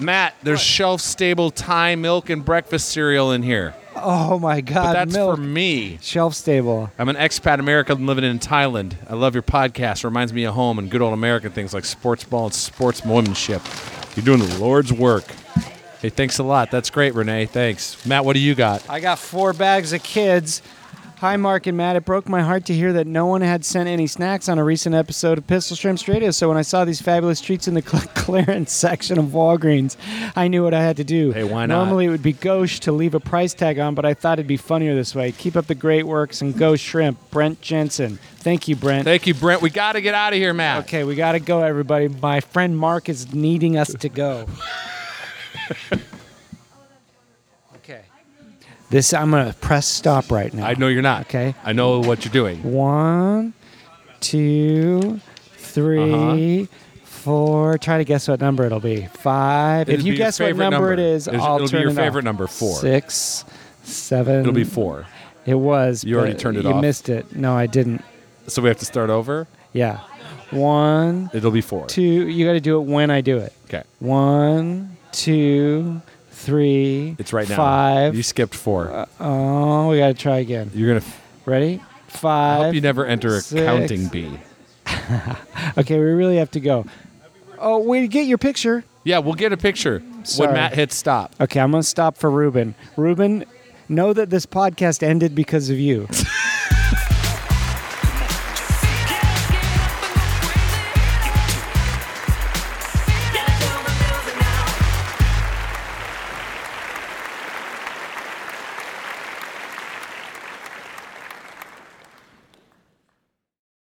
Matt, there's shelf stable Thai milk and breakfast cereal in here.
oh my god,
But that's
milk
for me.
shelf stable.
I'm an expat American living in Thailand. I love your podcast. Reminds me of home and good old American things like sports ball and sportsmanship. You're doing the Lord's work. Hey, thanks a lot. That's great, Renee. Thanks. Matt, what do you got?
I got four bags of kids. Hi, Mark and Matt. It broke my heart to hear that no one had sent any snacks on a recent episode of Pistol Shrimps Radio. So when I saw these fabulous treats in the cl- clearance section of Walgreens, I knew what I had to do.
Hey, why not?
Normally it would be gauche to leave a price tag on, but I thought it'd be funnier this way. Keep up the great works and go shrimp, Brent Jensen. Thank you, Brent.
Thank you, Brent. We got to get out of here, Matt.
okay, we gotta go, everybody. My friend Mark is needing us to go. okay. This I'm gonna press stop right now.
I know you're not.
Okay.
I know what you're doing.
One, two,
Uh-huh.
three, four. Try to guess what number it'll be. 5
It'll
if you
be your
guess what
favorite
number, it
number.
is,
It'll-
I'll
it'll be
turn
your
it off.
favorite number, four.
Six, seven.
It'll be four.
It was.
You already
but
turned it
you
off.
missed it. No, I didn't.
So we have to start over.
Yeah. One,
It'll be four.
two. You got to do it when I do it.
Okay.
One, two, three.
It's right now.
Five.
You skipped four.
oh, we got to try again.
you're gonna. F-
Ready?
I
Five.
hope you never enter a
six.
counting bee.
Okay, we really have to go. Oh, wait, get your picture.
Yeah, we'll get a picture
Sorry.
when Matt hits stop.
Okay, I'm going to stop for Ruben. Ruben, know that this podcast ended because of you.